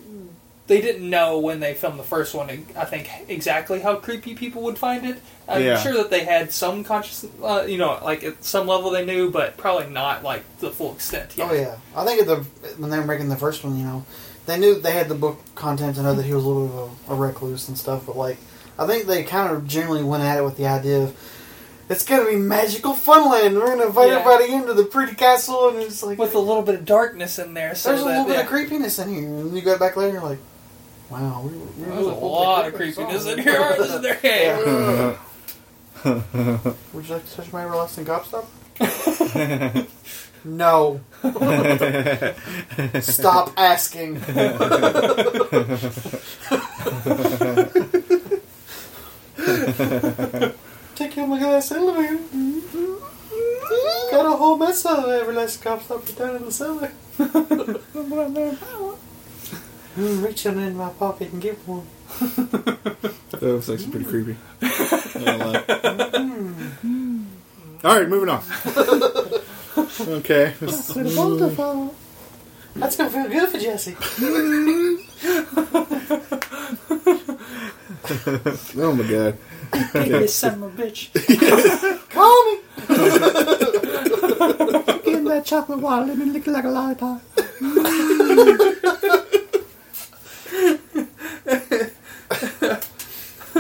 they didn't know when they filmed the first one. I think exactly how creepy people would find it. I'm
Yeah.
sure that they had some conscious, uh, you know, like at some level they knew, but probably not like the full extent.
Oh yeah, I think at the when they were making the first one, you know, they knew they had the book content to know that he was a little bit of a, a recluse and stuff. But like, I think they kind of generally went at it with the idea of it's gonna be magical funland. We're gonna invite
Yeah.
everybody into the pretty castle, and it's like
with a little bit of darkness in there. So
there's a
that-
little bit
yeah.
of creepiness in here. And you go back later, and you're like, wow, we, we
There's
really
a
pulled
lot
the Oh,
of creepiness
off.
in
[laughs]
here, isn't there?
Yeah. Would you like to touch my everlasting gobstop? no. Stop asking. Take your glass elevator. Got a whole mess of everlasting gobstop down in the cellar. Mm, Reach them in my pocket and get one.
That was actually pretty
[laughs]
creepy. Not gonna lie. All right, moving on. [laughs] okay.
Wonderful. That's gonna feel good for Jesse.
Oh my god.
Hey, this son of a bitch.
Call me.
Give that chocolate water, let me lick like a lollipop.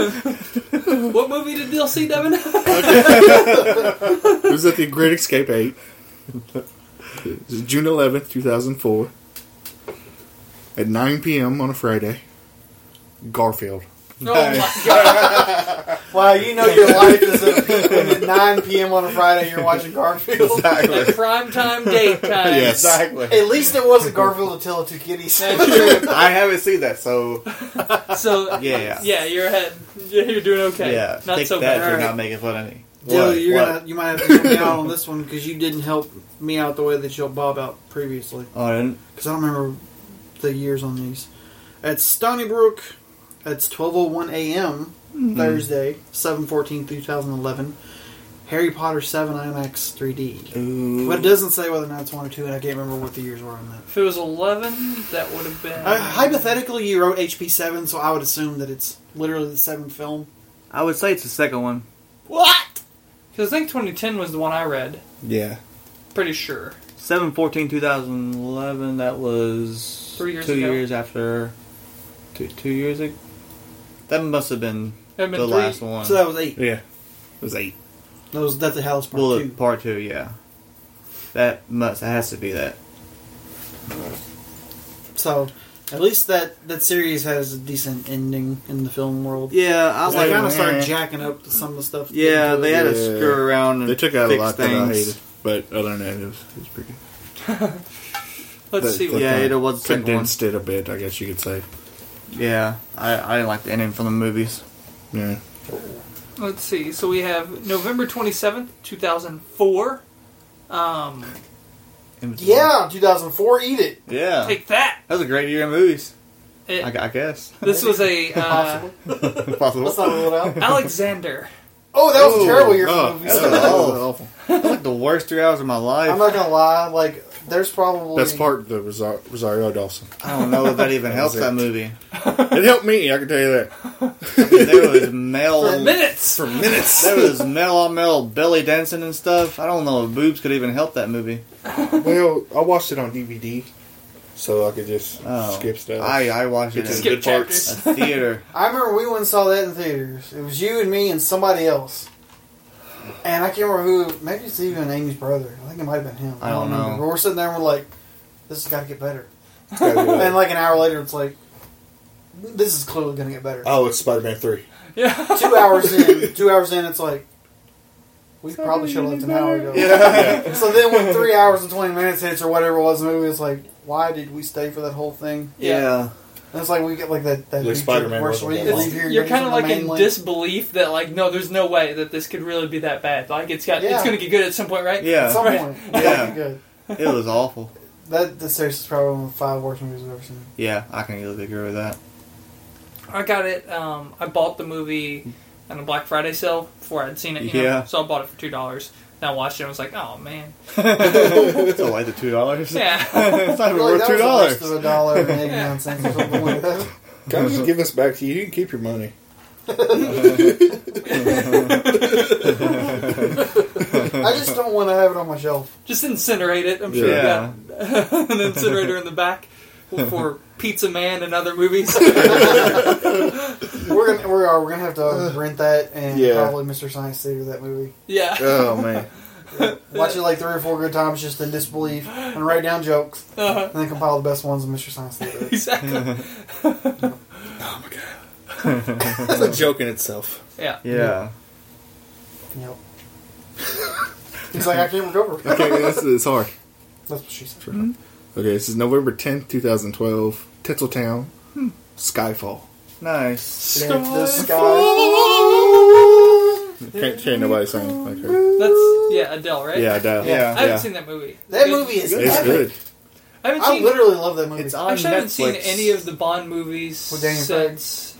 What movie did Dill see, [laughs] Devin?
It was at the Great Escape 8. It was June 11th, 2004. At 9 p.m. on a Friday. Garfield.
No, my
[laughs]
God.
Wow, you know your life is a, when at 9 p.m. on a Friday you're watching Garfield.
Exactly.
At prime time, date time.
Yes.
Exactly.
At least it wasn't Garfield and Tale of Two Kitties.
I haven't seen that, so
So
yeah,
Yeah, you're ahead. Yeah, You're doing okay.
yeah.
not
Take
so
that
bad.
for not making fun of me.
Jill,
What?
you're
What?
gonna, you might have to help me out on this one because you didn't help me out the way that you helped Bob out previously.
Oh, I didn't.
Because I don't remember the years on these. At Stony Brook, it's 12.01 a.m. Thursday, 7.14.2011. Harry Potter 7 IMAX 3D.
Ooh.
But it doesn't say whether or not it's one or two, and I can't remember what the years were on that.
If it was 11, that would have been.
Uh, hypothetically, you wrote HP seven, so I would assume that it's literally the seventh film.
I would say it's the second one.
What? Because I think 2010 was the one I read.
Yeah.
pretty sure.
7 14 2011 that was
Three years
two
ago.
years after two, two years ago that must have been
I mean, three-
the last one
So that was eight.
Yeah. It was eight.
That was that's a house part
Bullet
two.
part two yeah that must that has to be that
So at least that that series has a decent ending in the film world.
yeah I
'Cause they kind
like
of started jacking up some of the stuff.
yeah they had to
Yeah.
screw around and
They took out a
fix
lot that I
things.
hated, but other than that, it was, it was pretty.
Let's
but
see.
they
What,
Yeah,
kinda
it was the second
condensed it a bit. I guess you could say.
yeah I, I didn't like the ending from the movies
[laughs] Yeah.
Let's see. So we have November twenty seventh, two thousand four. Um,
Invincible.
Yeah, 2004. Eat it.
yeah
take that.
that was a great year in movies
It-
Uh, I, I guess
this was a uh,
possible
Let's not rule it [laughs] out.
Alexander.
Oh, that was a terrible year
Oh,
for
that's
movies.
that was
[laughs]
Oh.
awful.
like the worst three hours of my life
I'm not gonna lie. Like, there's probably
That's part the Rosa- Rosario Dawson.
I don't know if that even
[laughs] That
helped
was
that
it.
movie.
It helped me. I can tell you that.
There was male, there
Minutes.
Minutes.
[laughs]
was male on male belly dancing and stuff. I don't know if boobs could even help that movie.
Well, I watched it on DVD, so I could just
Oh,
skip stuff.
I I watched it
Just
in
get-
Skip
good parts.
a
chapters.
[laughs]
theater.
I remember we went and saw that in theaters. It was you and me and somebody else. And I can't remember who. Maybe it's even Amy's brother. I think it might have been him.
I don't know.
remember. But we're sitting there and we're like, "This has got to get better."
It's [laughs] gotta be
And
like-
like an hour later, it's like, "This is clearly going to get better."
oh, it's Spider Man Three.
[laughs] Yeah.
Two hours in, two hours in, it's like, we probably should have left an hour ago. [laughs]
Yeah.
So then when three hours and twenty minutes hits or whatever it was, the movie it's like, why did we stay for that whole thing?
Yeah,
And it's like we get like that that
Like
YouTube
Spider-Man
commercial where
wasn't
you
that
leave here,
You're
goes
kind
on
of
the
like in
mainland.
disbelief that like no, there's no way that this could really be that bad. Like it's got
Yeah.
it's going to get good at some point, right?
At some
yeah,
point,
Yeah.
yeah, good.
it was awful.
That the series is probably one of the five worst movies I've ever seen.
Yeah, I can easily agree with that.
I got it. Um, I bought the movie on a Black Friday sale before I'd seen it. You know?
Yeah.
So I bought it for two dollars. And I watched it. and I was like, oh
[laughs]
man.
it's only the two dollars.
Yeah.
it's not even
Like,
worth
that
two
was the
dollars.
worst of a dollar and eighty [laughs] nine cents or something like that.
[laughs] Can I just give this back to you? You can keep your money.
I just don't want to have it on my shelf.
[laughs] Just incinerate it. I'm sure
Yeah.
you got [laughs] an incinerator in the
[laughs]
back for Pizza Man and other movies. [laughs]
We're gonna we are we're gonna have to rent that and
Yeah.
probably Mr. Science Theater that movie.
yeah.
Oh man,
[laughs] Watch it like three or four good times just in disbelief and write down jokes
Uh-huh.
and then compile the best ones in Mr. Science Theater.
[laughs]
[laughs]
Exactly.
that's a joke in itself.
Yeah.
Yeah,
Yep. He's like, I can't recover. That's
Okay, that's, it's hard.
what she said.
Okay, this is November tenth, two thousand twelve, Tinseltown, Skyfall.
nice.
Dance the sky.
Can't, can't nobody sing like her.
That's yeah Adele, right?
Yeah, I doubt.
Yeah.
I haven't seen that movie.
That
Good.
movie is
it's
epic.
good.
I haven't
I
seen.
literally love that movie.
It's on
actually, I haven't
Netflix.
seen any of the Bond movies
With Daniel Craig?
since.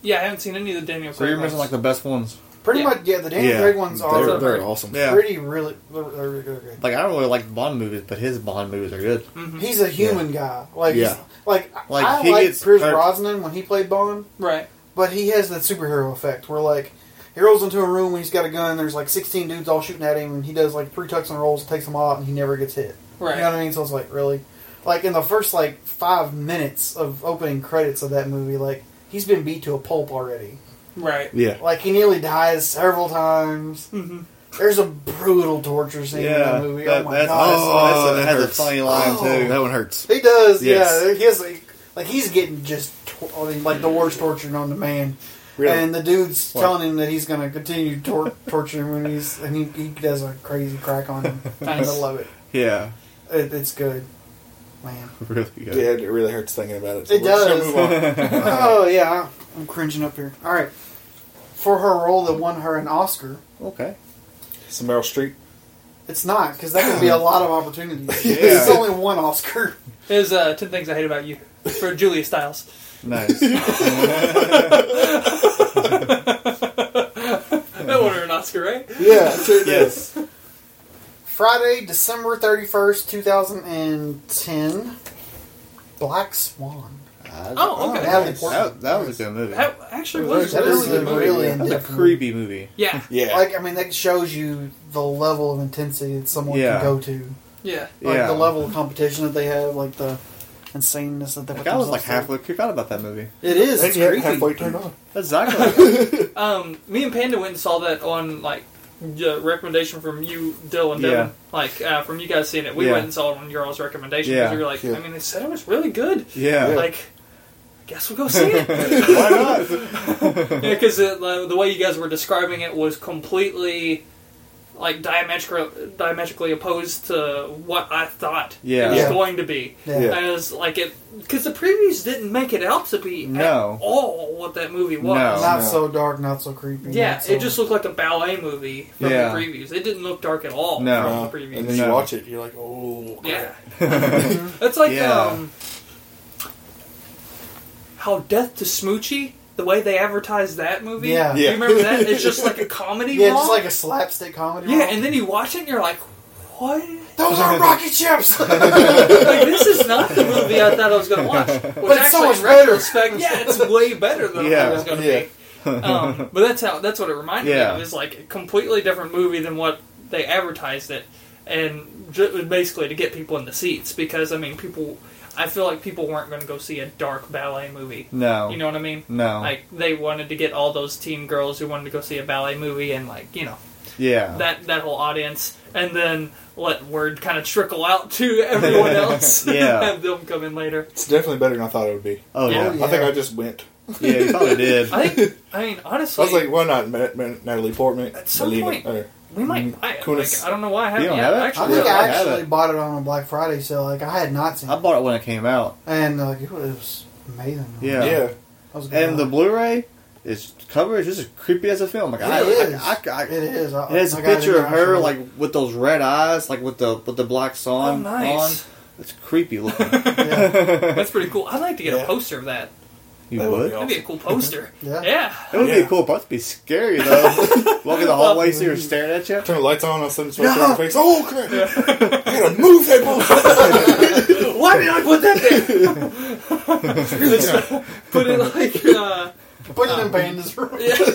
Yeah, I haven't seen any of the Daniel
So
Craig.
you're missing like
ones.
the best ones.
Pretty
yeah.
much, yeah. The Daniel
Yeah,
Craig ones
they're,
are
they're awesome.
Yeah.
pretty, really, they're really good.
Like I don't really like Bond movies, but his Bond movies are good. [laughs]
He's a human guy. Like,
Yeah.
like,
Like,
I
he
like
gets
Pierce
hurt.
Brosnan when he played Bond,
right.
but he has that superhero effect where like. He rolls into a room and he's got a gun. There's like 16 dudes all shooting at him, and he does like three tucks and rolls, takes them all out, and he never gets hit.
Right.
You know what I mean? So it's like really, like in the first like five minutes of opening credits of that movie, like he's been beat to a pulp already.
Right.
Yeah,
Like he nearly dies several times.
Mhm.
There's a brutal torture scene in that movie.
that-
oh my
that's,
god,
that's-
Oh,
that's a-
that
has
hurts.
a funny line too.
that one hurts.
he does.
Yes.
Yeah, he has like, like he's getting just tor- I mean, like the worst torture known to man.
Really?
And the dude's
What?
telling him that he's going to continue tor- [laughs] torturing him, when he's and he, he does a crazy crack on him.
Nice.
I love it.
Yeah,
it. It's good,
[laughs]
man.
really
Yeah,
good.
it really hurts thinking about it.
It
we're just gonna
does.
move on. [laughs]
oh yeah, I'm cringing up here. All right, for her role that won her an Oscar,
Okay.
It's Meryl Streep.
it's not because that
[laughs]
could be a lot of opportunities.
Yeah.
It's only one Oscar.
There's uh, ten things I hate about you for Julia Stiles.
[laughs]
Nice.
That won her an Oscar, right?
Yeah.
yes.
Friday, December thirty first, two thousand and ten. Black Swan.
I-
Oh, okay.
That was, that
that, that was a good movie.
That actually was really
was a
good movie.
really
That was a
in-depth
creepy movie.
Yeah,
Yeah.
Like I mean, that shows you the level of intensity that someone
Yeah.
can go to,
yeah.
like
yeah,
the level of competition that they have, like the insaneness that they.
Like,
put
I was like
themselves
halfway creeped out about that movie.
through. It is.
And
It's
yet
creepy.
halfway turned on.
[laughs]
Exactly.
Um, me and Panda went and saw that on like the recommendation from you, Dylan, Devin,
Yeah.
like uh, from you guys seeing it. We
Yeah.
went and saw it on your all's recommendation because
Yeah.
we were like,
Yeah.
I mean, they said it was really good.
yeah.
Like, I guess we'll go see
[laughs]
it.
Why not? [laughs]
Yeah, because the, the way you guys were describing it was completely like diametrically, diametrically opposed to what I thought it
Yeah.
was
Yeah.
going to be.
Yeah.
Yeah.
And it was like it because the previews didn't make it out to be
No.
at all what that movie was.
No.
Not
no.
so dark, not so creepy.
Yeah,
not so,
it just looked like a ballet movie from
Yeah.
the previews. It didn't look dark at all
No.
Uh,
from the
and
previews.
then you
No.
watch it, you're like, oh,
Yeah,
crap.
it's like
Yeah.
um, how Death to Smoochie. The way they advertised that movie,
Yeah.
Do you
Yeah.
remember that? It's just like a comedy.
[laughs] yeah, just
romp.
like a slapstick comedy.
Yeah,
romp.
and then you watch it and you're like, what?
those are
[laughs]
rocket ships. [laughs]
like, this is not the movie I thought I was going to watch. Which
But it's so
actually,
much
in
better.
retrospect, yeah, [laughs] it's way better than I thought it was going to
Yeah,
be. Um, but that's how that's what it reminded me
Yeah.
of. It's like a completely different movie than what they advertised it, and ju- basically to get people in the seats because I mean, people. I feel like people weren't going to go see a dark ballet movie.
No.
You know what I mean?
No.
Like they wanted to get all those teen girls who wanted to go see a ballet movie and like you know
yeah.
that that whole audience, and then let word kind of trickle out to everyone else.
Yeah.
[laughs] have them come in later.
It's definitely better than I thought it would be.
oh
Yeah.
yeah.
Yeah.
I think I just went.
Yeah, you probably
[laughs]
did.
I think. I mean, honestly,
I was like, why not Ma- Ma- Natalie Portman?
At some
Believe
point-
it. Or-
we might buy it.
Kunis.
Like, I don't know why I haven't.
mm, don't
yet.
have it?
I
Actually,
think
Yeah,
I
I have
actually
it.
bought it on a Black Friday sale. Like I had not seen,
I
it.
bought it when it came out.
and like it was amazing.
Yeah.
yeah.
That was a good
And the
one.
Blu-ray is cover is just as creepy as a film. Like I,
It is.
I, I, I-
it is. I,
it has a
I got
picture of her
international.
like with those red eyes, like with the with the black
oh,
song
nice.
on. It's creepy looking.
[laughs]
[laughs]
yeah.
That's pretty cool. I'd like to get a
Yeah.
poster of that.
You
That would be
would. It
That'd be a cool
[laughs]
poster.
Yeah.
would be
Yeah.
a cool, but it'd be scary though. Walking the hallway, see her staring at you.
Turn the lights on, all of a sudden it's right there in your face. Oh, crap! [laughs] I gotta move that bullshit!
Why did I put that
[laughs]
there? put it like. Uh,
Put
Um,
it in Panda's
[laughs]
room.
yeah, put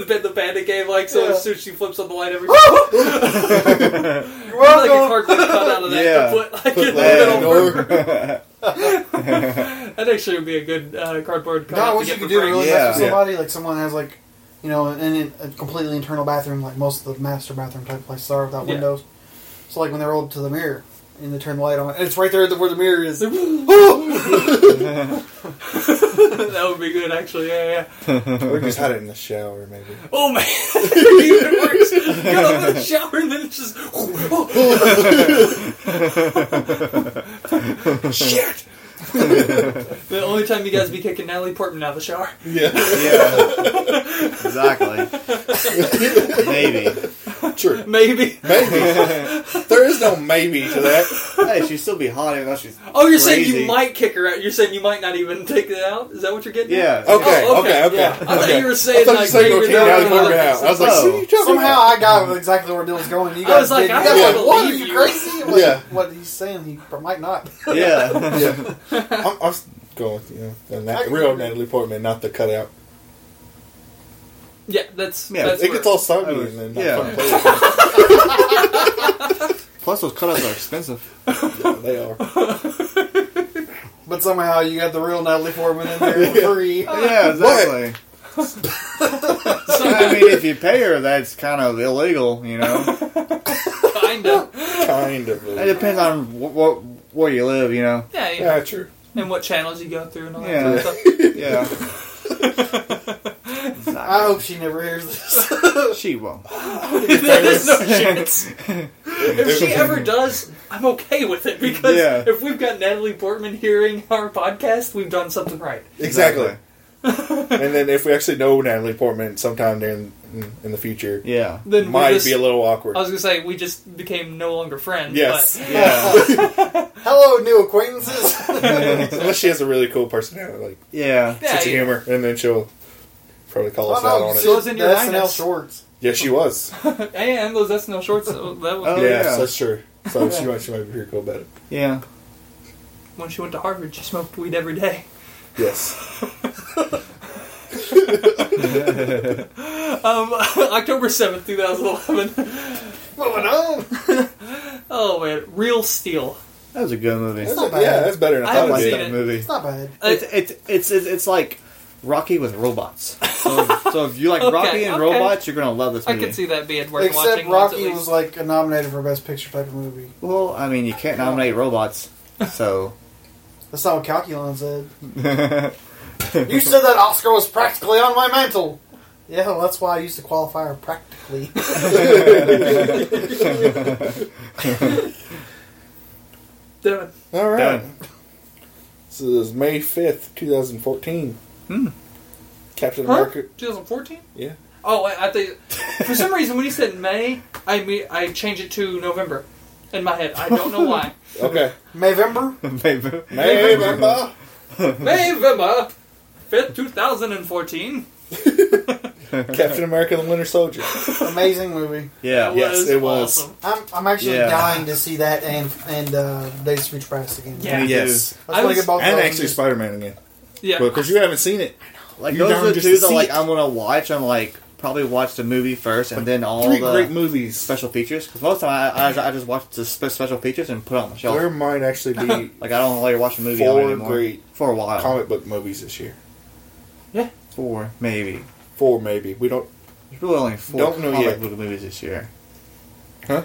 it in the bandit game, like so.
Yeah.
As soon as she flips on the light, every like it's hard to cut out of that.
Yeah.
To put like in the
that
middle.
in
That actually would be a good uh, cardboard cut.
No,
to
what
get
you
for
could do to
free.
really
Yeah.
mess with somebody, like someone has like, you know, in in a completely internal bathroom, like most of the master bathroom type places are without
Yeah.
windows. So like when they're rolled to the mirror and they turn the light on, and it's right there at the- where the mirror is.
[laughs] that would be good, actually. Yeah, yeah.
or just hide it in the shower, maybe.
Oh
[laughs]
man, [laughs] even worse. Get up in the shower and then it's just [laughs] shit. the only time you guys be kicking Natalie Portman out of the shower. [laughs]
Yeah,
[laughs] Yeah. exactly. Maybe.
true.
Maybe.
[laughs] There is no maybe to that.
Hey, she'd still be hot even though she's.
Oh, you're saying you
Crazy.
might kick her out. You're saying you might not even take it out. Is that what you're getting?
Yeah.
At?
Okay,
Oh,
okay, okay.
yeah. I
okay.
thought you were saying
I thought you
like
said
maybe
go kick it
they're
out of
not-
Portman house. I was like,
Oh.
see, you talking
Somehow
about?
I got exactly where Dylan's going. You
I was
guys
like,
didn't.
I
You guys
don't
were like, what? Are
believe
you
you."
crazy? Like,
Yeah.
What he's saying, he might not.
Yeah.
Yeah. I'm, I'm going with, you know, the nat- real Natalie Portman, not the cutout.
Yeah, that's
Yeah,
That's
it
where-
gets all soggy
I was-
and then not
yeah.
fun to play with
Plus, those cutouts are expensive.
it. They are.
But somehow you got the real Natalie Portman in there for free.
[laughs] Yeah, exactly. [laughs] I mean, if you pay her, that's kind of illegal, you know.
kind
[laughs]
of.
Kind of.
It depends on wh- wh- where you live, you know.
Yeah, yeah.
[laughs] Yeah, true.
And what channels you go through and all that
Yeah.
kind of stuff.
[laughs] Yeah,
I hope she never hears this.
she [laughs] won't.
There's no chance. [laughs] if she ever does, I'm okay with it because
Yeah.
if we've got Natalie Portman hearing our podcast, we've done something right.
Exactly. and then if we actually know Natalie Portman sometime during in the future,
Yeah.
Then
it
we
might
just-
be a little awkward.
I was gonna say we just became no longer friends. [laughs]
Yes.
But
Yeah.
Hello, new
[laughs]
acquaintances.
Unless she has a really cool personality, like
Yeah.
yeah,
sense of
yeah.
humor, and then she'll probably call us out on
she
it.
so-
was in your
The
SNL
lineups.
shorts.
Yeah, she was.
Hey, and those SNL shorts. That was
Oh,
yes,
yeah.
that's true. So she might she might be pretty cool about it.
Yeah.
when she went to Harvard, she smoked weed every day. [laughs]
Yes.
Um, [laughs] October 7th, 2011.
Moving on.
[laughs] Oh, man. Real Steel.
That was a good movie.
That's
It's,
not
a-
bad.
yeah, that's better than I
I
thought
haven't
it
seen
was.
it.
movie.
It's not bad.
Uh,
It's, it's it's it's it's like Rocky with robots. So, so if you like
[laughs] Okay,
Rocky and
okay.
robots, you're gonna love this
I
Mm.
movie.
could see that being worth
Except
watching. once at
Rocky
least.
was like a nominated for best picture type of movie.
Well, I mean, you can't nominate robots, so [laughs]
That's not what Calculon said. You said that Oscar was practically on my mantle. Yeah, well, that's why I used the qualifier practically.
Done.
All right.
Done. [laughs]
This is May 5th, 2014.
Hmm.
Captain
Huh?
America.
2014?
Yeah.
Oh, I, I think for
[laughs]
some reason when you said May, I me- I changed it to November in my head. I don't know
[laughs]
why.
Okay.
November?
maybe.
May, remember?
November fifth, two thousand and fourteen.
Captain America the Winter [laughs] Soldier.
Amazing movie.
Yeah,
Yes, it was.
Awesome.
I'm, I'm actually
Yeah.
dying to see that and and uh, Days of Future Past again.
Yeah.
Me
Yes.
too.
Let's
I
look
was-
at both of
And
them
actually
just-
Spider Man again.
Yeah,
Because you haven't seen it.
Like
You're
those
down
are the
just
two
to
that
see
like
it.
I'm gonna watch. I'm like probably watch the movie first and then all
Three
the
great movies.
special features. Because most of the time I, I, I just watch the spe- special features and put it on the shelf.
There might actually be
like I don't really watch the movie
Four
on anymore
great
for a while.
comic book movies this year.
Four maybe.
Four, maybe. We don't.
There's really only 4
Don't know
comic
yet.
book movies this year.
Yeah,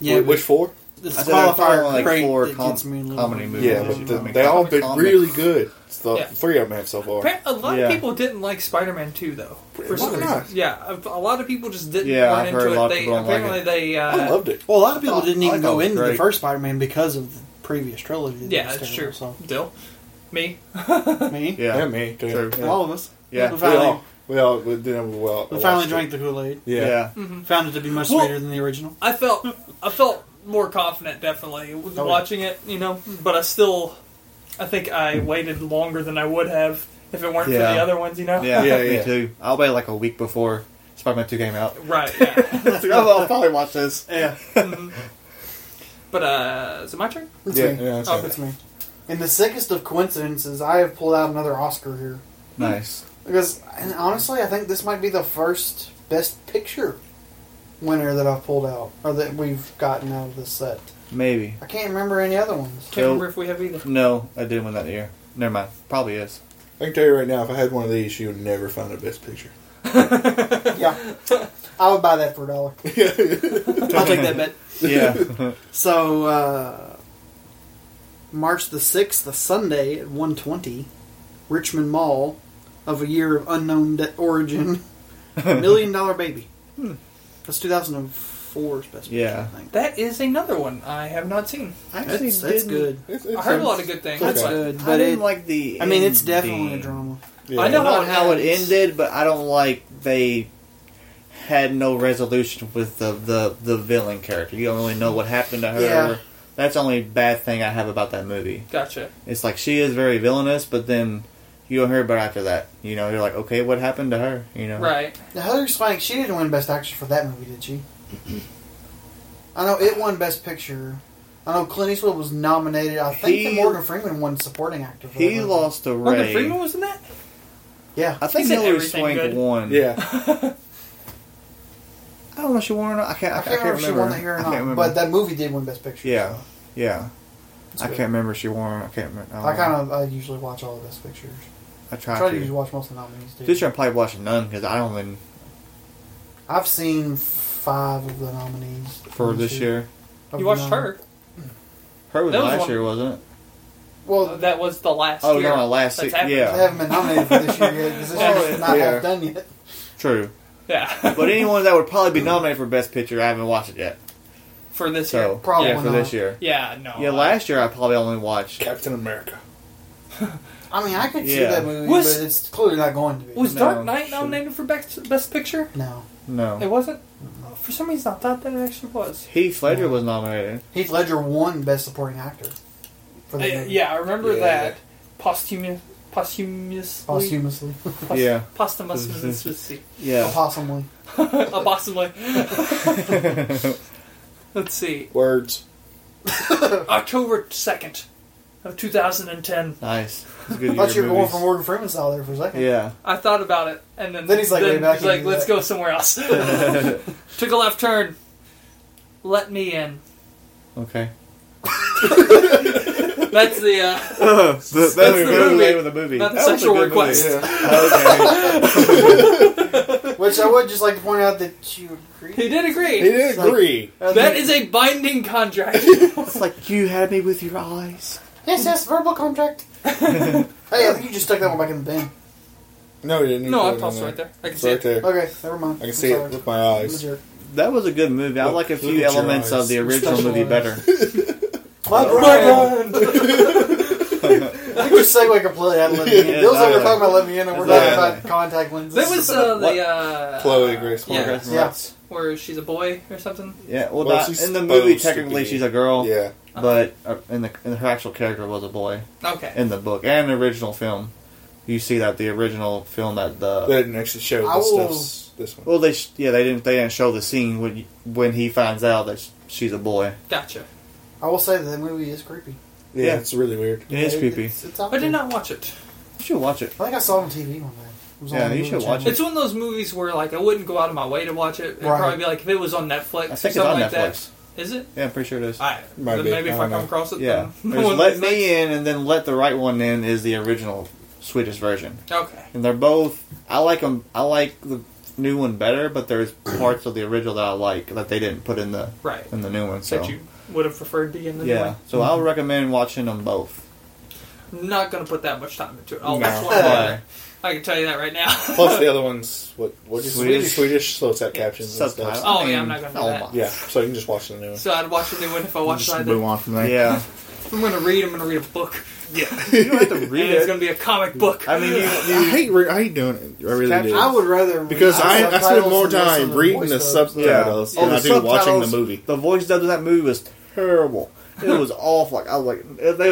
Wait, which four?
this
I said I
qualifier
follow, like,
crate
four
that
com-
gets me a little
comedy
bit.
movies.
Yeah,
Yeah,
but
yeah.
the, they all been
Comics.
really good. It's the
Yeah.
three of them have so far.
Appar- a lot
Yeah.
of people didn't like Spider-Man 2, though. For
Why
some
not?
reason, yeah, a, a lot of people just didn't.
Yeah,
weren't
I've heard
into
a lot of
it. They
people don't like
apparently
it.
they. Uh,
I loved it.
Well, a lot of people
I thought-
didn't
I
even
thought it
go
was
into the
great.
first Spider-Man because of the previous trilogy. that
yeah,
was
that's true.
terrible,
Dill, me.
So me,
Yeah.
And me, too.
True.
Yeah.
all of us.
Yeah.
we
We all,
finally,
we all, we didn't, we all,
we
I
finally
watched
drank
it.
the Kool-Aid.
Yeah.
yeah.
Mm. Found it to be much
Well-
sweeter than the original.
I felt I felt more confident definitely
Oh,
with watching it, you know. But I still, I think I waited longer than I would have if it weren't for
Yeah.
the other ones, you know.
Yeah,
Yeah,
me
yeah.
too. I'll wait like a week before Spider Man 2 came out.
[laughs] Right. Yeah.
I was like, [laughs] oh, well, I'll probably watch this.
Yeah,
but uh, is it my turn?
It's
Yeah,
me.
yeah, that's
Oh,
right.
It's me. In the sickest of coincidences, I have pulled out another Oscar here.
Mm.
Nice.
Because, and honestly, I think this might be the first Best Picture winner that I've pulled out, or that we've gotten out of this set.
Maybe.
I can't remember any other
[laughs]
ones.
Can't
Nope.
remember if we have either.
No, I didn't win that year. Never mind. Probably
[laughs]
is.
I can tell you right now, if I had one of these, you would never find a best picture. [laughs]
yeah. I would buy that for a dollar.
I'll take that bet.
Yeah.
So uh, March the sixth, a Sunday at one twenty, Richmond Mall, of a year of unknown de-
[laughs]
origin, Million Dollar Baby. That's 2004's best picture.
Hmm. Yeah.
I think.
That is another one I have not seen.
I actually
That's, that's
didn't-
good.
It's,
I heard a lot of good things.
Okay.
That's
but-
good,
I
but
didn't
it,
like the.
I mean, it's
ending.
definitely a drama.
Yeah.
I
I don't
know.
know how it
ends.
ended, but I don't like they had no resolution with the, the, the villain character. You don't really know what happened to her.
Yeah.
That's the only bad thing I have about that movie.
Gotcha.
It's like she is very villainous, but then you don't hear about after that. You know, you're like, okay, what happened to her? You know,
Right.
Now, Heather Swank, she didn't win Best Actress for that movie, did she? I know it won Best Picture. I know Clint Eastwood was nominated. I think
He-
that Morgan Freeman won Supporting Actor. For that
He
movie.
lost to
Morgan
Ray.
Freeman was in that.
Yeah,
I think
He's in
Hillary
everything
Swank
good.
won.
Yeah.
I don't know if she won or not. I can't. I,
I,
I
can't remember if she won that year or
I
not,
can't remember.
but that movie did win Best Picture.
yeah, yeah.
That's
I
good.
can't remember if she won. I can't remember.
I kind of I usually watch all the Best Pictures.
I
I
tried
try to usually
to.
watch most of the nominees too.
This year I'm probably watching none because I don't even
I've seen five of the nominees
for this year.
Of the
You watched
nom-
her.
Her was
That was
last
one-
year, wasn't it?
Well,
That was the last.
Oh,
year
no, last
that's
year,
happened.
they
yeah.
haven't been nominated for this year yet because this
[laughs] Oh,
year's not
yeah.
half done yet.
True.
Yeah.
[laughs] But anyone that would probably be nominated for best picture, I haven't watched it yet.
for this
So
year.
Probably
yeah, for
not.
this year.
Yeah. No.
Yeah, last year I probably only watched.
Captain America.
I mean, I could see
Yeah.
that movie,
Was-
but it's clearly not going to be.
was
No,
Dark Knight
shoot.
nominated for best best picture?
no.
No.
It wasn't. For some reason, I thought that it actually was.
Heath Ledger was nominated.
Heath Ledger won Best Supporting Actor. For
Uh,
movie.
yeah, I remember
Yeah.
that posthumous, posthumously,
Posthumously.
Pos-
Yeah.
[laughs] posthumously,
[laughs]
Yeah. [laughs]
Possibly.
Uh, possibly. [laughs] Let's see,
Words.
October second, of 2010.
Nice. It's a good
I thought
year
you
of
were going
movies.
for Morgan Freeman style there for a second.
Yeah.
I thought about it, and then,
Then he's like, "Wait, back
he's
in,
like,
do
let's
that."
go somewhere
[laughs]
else. [laughs] Took a left turn. Let me in.
Okay.
That's the uh,
that's the
the
good
movie.
name of the movie.
not the
That was a
sexual
good movie.
request. [laughs]
Okay.
Which I would just like to point out that you
He
agree.
did agree.
He did agree.
That is a binding
[laughs]
contract.
it's like you had me with your eyes.
Yes, yes, verbal contract. [laughs] hey, I think you just stuck that one back in the bin.
No, he didn't.
no,
He
I'm
put it
tossed
in
right there. I can
It's
see
right
it.
there.
Okay, never mind.
I can see it with my eyes.
That was a good movie. I
Look-
like a
look
few
at your
elements of
eyes.
the original
Special
movie
eyes.
better. [laughs]
My Brian. I think your segue completely had let me in.
Yeah,
Bill's like,
yeah.
we're talking about let me in, and we're
Yeah.
talking about contact lenses.
That was uh,
What?
the uh,
[laughs] Chloe Grace
Yeah.
Moretz.
yeah.
where she's a boy or something.
Yeah, well,
Well,
not-
she's
in the
supposed
movie,
to
technically,
be.
she's a girl,
Yeah.
but uh, in the in her actual character was a boy
Okay.
in the book and the original film. You see that the original film that
They
the
didn't actually show
I
the
will-
stuffs. This one.
well they sh- yeah they didn't they didn't show the scene when you- when he finds out that sh- she's a boy.
Gotcha.
I will say that the movie is creepy.
Yeah,
yeah.
it's really weird.
It is creepy.
It's, it's out
I did
there.
not watch it.
You should watch it.
I think I saw it on TV one day. It was
Yeah,
on
you
movie
should watch
channel.
It's one of those movies where like I wouldn't go out of my way to watch it. It'd
Right.
probably be like if it was on Netflix or
I think it's
something
on
like
Netflix.
that. Is it?
Yeah, I'm pretty sure it is.
I,
Might
then
be.
maybe if
I
I,
don't
come
know.
across it,
Yeah,
then [laughs]
There's
one
let
of
me in, and then let the right one in is the original Swedish version,
these- Okay.
and they're both. I like them. I like the new one better, but there's parts of the original that I like that they didn't put in the
Right.
in the new one. So
That you would have preferred to be in the
yeah, so I'll recommend watching them both.
One. Not gonna put that much time into it. I'll
No.
watch one
[laughs]
later. I can tell you that right now. [laughs]
Plus the other one's what? What is Swedish?
Swedish.
Swedish, so it's got captions and
Subtitles.
stuff.
Oh, yeah, I'm not gonna do
Oh,
that.
my.
Yeah, so you can just watch the new one.
so I'd watch the new one if I watched it. I'd-
on from there.
Yeah,
If I'm gonna read. I'm gonna read a book.
[laughs] you don't have to
And [laughs]
read
it's
it.
gonna be a comic book.
I mean, you,
I hate re- I hate doing it. I really do.
I would rather
because
read
I, I spend
subtitles
more
than listen to
time reading
voice
the
dubs.
subtitles
Yeah.
than
Oh,
I
the
do watching the
subtitles-
movie.
the voice dub of that movie was terrible. It was [laughs] awful. Like I was like they they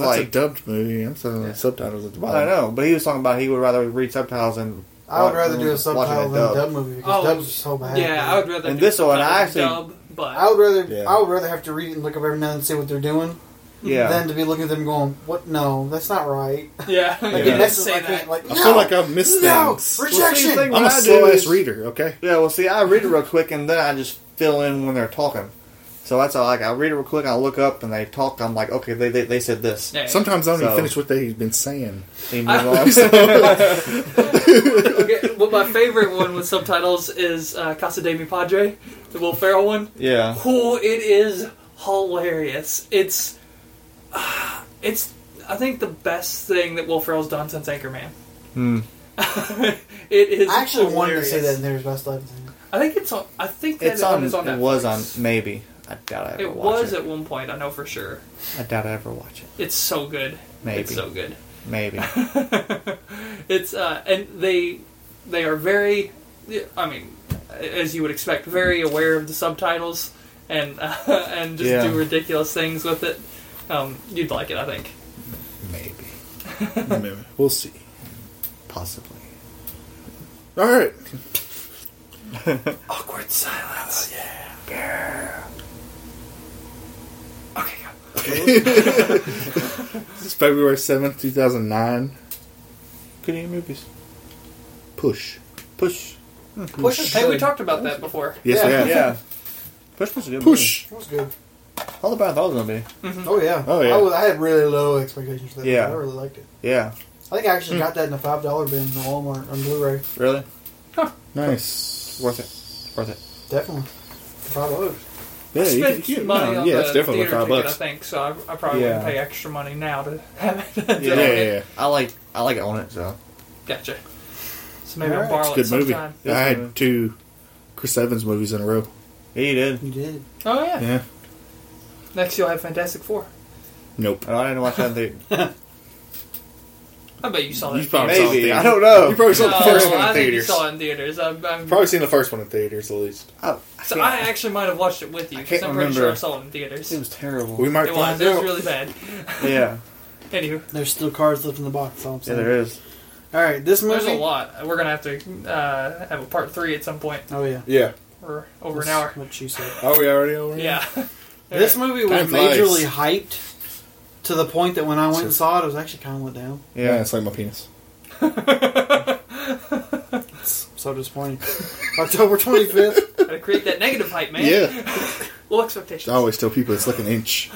That's a
like.
dubbed movie. I'm selling the subtitles at the bottom.
I know, but he was talking about he would rather read subtitles and
I would rather do a
watch-
subtitle
watching
than a
dub.
dub movie
Oh,
because dubs are so bad.
yeah, I would rather.
And
do
this one, I
subtitles
actually-
dub, but
I would rather
Yeah.
I would rather have to read and look up every now and see what they're doing
Yeah,
than to be looking at them going, "What? No, that's not right."
yeah,
Like
Yeah.
it messes.
Say
I can't.
that.
Like
I
no,
feel like I've missed
no
things.
rejection.
thing-
I'm a
What I do
slow ass
is-
reader. Okay.
Yeah, well, see, I read it real quick and then I just fill in when they're talking. So that's all. Like, I read it real quick, I look up and they talk. I'm like, okay, they they, they said this.
Yeah. [laughs]
Sometimes I don't
So-
even finish what they've been saying.
They move on.
[laughs] okay, well, my favorite one with subtitles is uh, Casa de Mi Padre, the Will Ferrell one.
yeah,
Oh, it is hilarious. It's, [sighs] it's, I think the best thing that Will Ferrell's done since Anchorman.
Hmm.
[laughs] it is.
I actually wanted to
hilarious.
say that in there's best life.
I think it's on. I think that
it's on.
Is on
it was on.
Netflix.
Maybe I doubt I ever
It
watch
was
it.
at one point. I know for sure.
I doubt I ever watch it.
It's so good.
Maybe.
It's so good. [laughs]
Maybe.
it's uh, and they they are very, I mean, as you would expect, very aware of the subtitles and [laughs] uh, and just
Yeah.
do ridiculous things with it. Um, you'd like it, I think.
Maybe.
Maybe. We'll see.
Possibly.
All right.
Awkward silence. Oh, yeah. Okay. go.
This is February seventh, two thousand nine.
Canadian movies.
Push.
Push.
Push is
Hey, we
good.
talked about that before.
Yes,
Yeah.
we have.
Yeah. Push was a good
Push.
That was good.
movie. All about that was gonna be.
Oh yeah.
Oh, yeah.
I, was, I had really low expectations for that.
Yeah. Hmm.
Yeah. I really liked it.
Yeah.
I think I actually got that in a five dollar bin in Walmart on Blu-ray.
Really.
[laughs] Nice.
Worth it. Worth it.
Definitely. Five dollars.
Yeah,
I
you
spent
can- you can-
money
no,
on
yeah,
the
it's definitely
theater
five
ticket,
bucks.
I think so. I, I probably
Yeah.
wouldn't pay extra money now to [laughs] have it.
Yeah.
Yeah, yeah, yeah.
I like. I like own it. So.
Gotcha. So maybe I'll
Alright.
borrow
It's
it
a good movie.
sometime.
I had two Chris Evans movies in a row.
He did.
You did.
Oh yeah.
Yeah.
Next you'll have Fantastic Four.
Nope.
Oh, I didn't watch that. in
[laughs]
the-
I bet you saw that.
You probably saw it in
Maybe. I
theaters.
don't know.
You probably saw
No,
the first
I
one in
think you
theaters.
saw it in theaters. I'm, I'm,
Probably seen the first one in theaters at least.
Oh,
so
can't-
I actually might have watched it with you
I
because
can't
I'm pretty
remember.
sure I saw it in theaters.
It
[laughs]
was terrible.
We might
It was.
find
It was
out.
really bad.
yeah,
Anywho,
There's still cards left in the box. That's all I'm
yeah,
saying.
there is.
All right, this movie.
there's a lot. We're gonna have to uh, have a part three at some point.
Oh yeah.
yeah.
We're over an hour.
That's What she said.
Are we already over?
Yeah.
This movie was
Time flies.
majorly hyped
To the point that when I went and saw it, I was actually kind of let down.
Yeah, it's like my penis.
So disappointed. [laughs] October 25th.
[laughs] Gotta create that negative hype, man.
Yeah.
Low
I
expectations. [laughs]
always tell people it's like an inch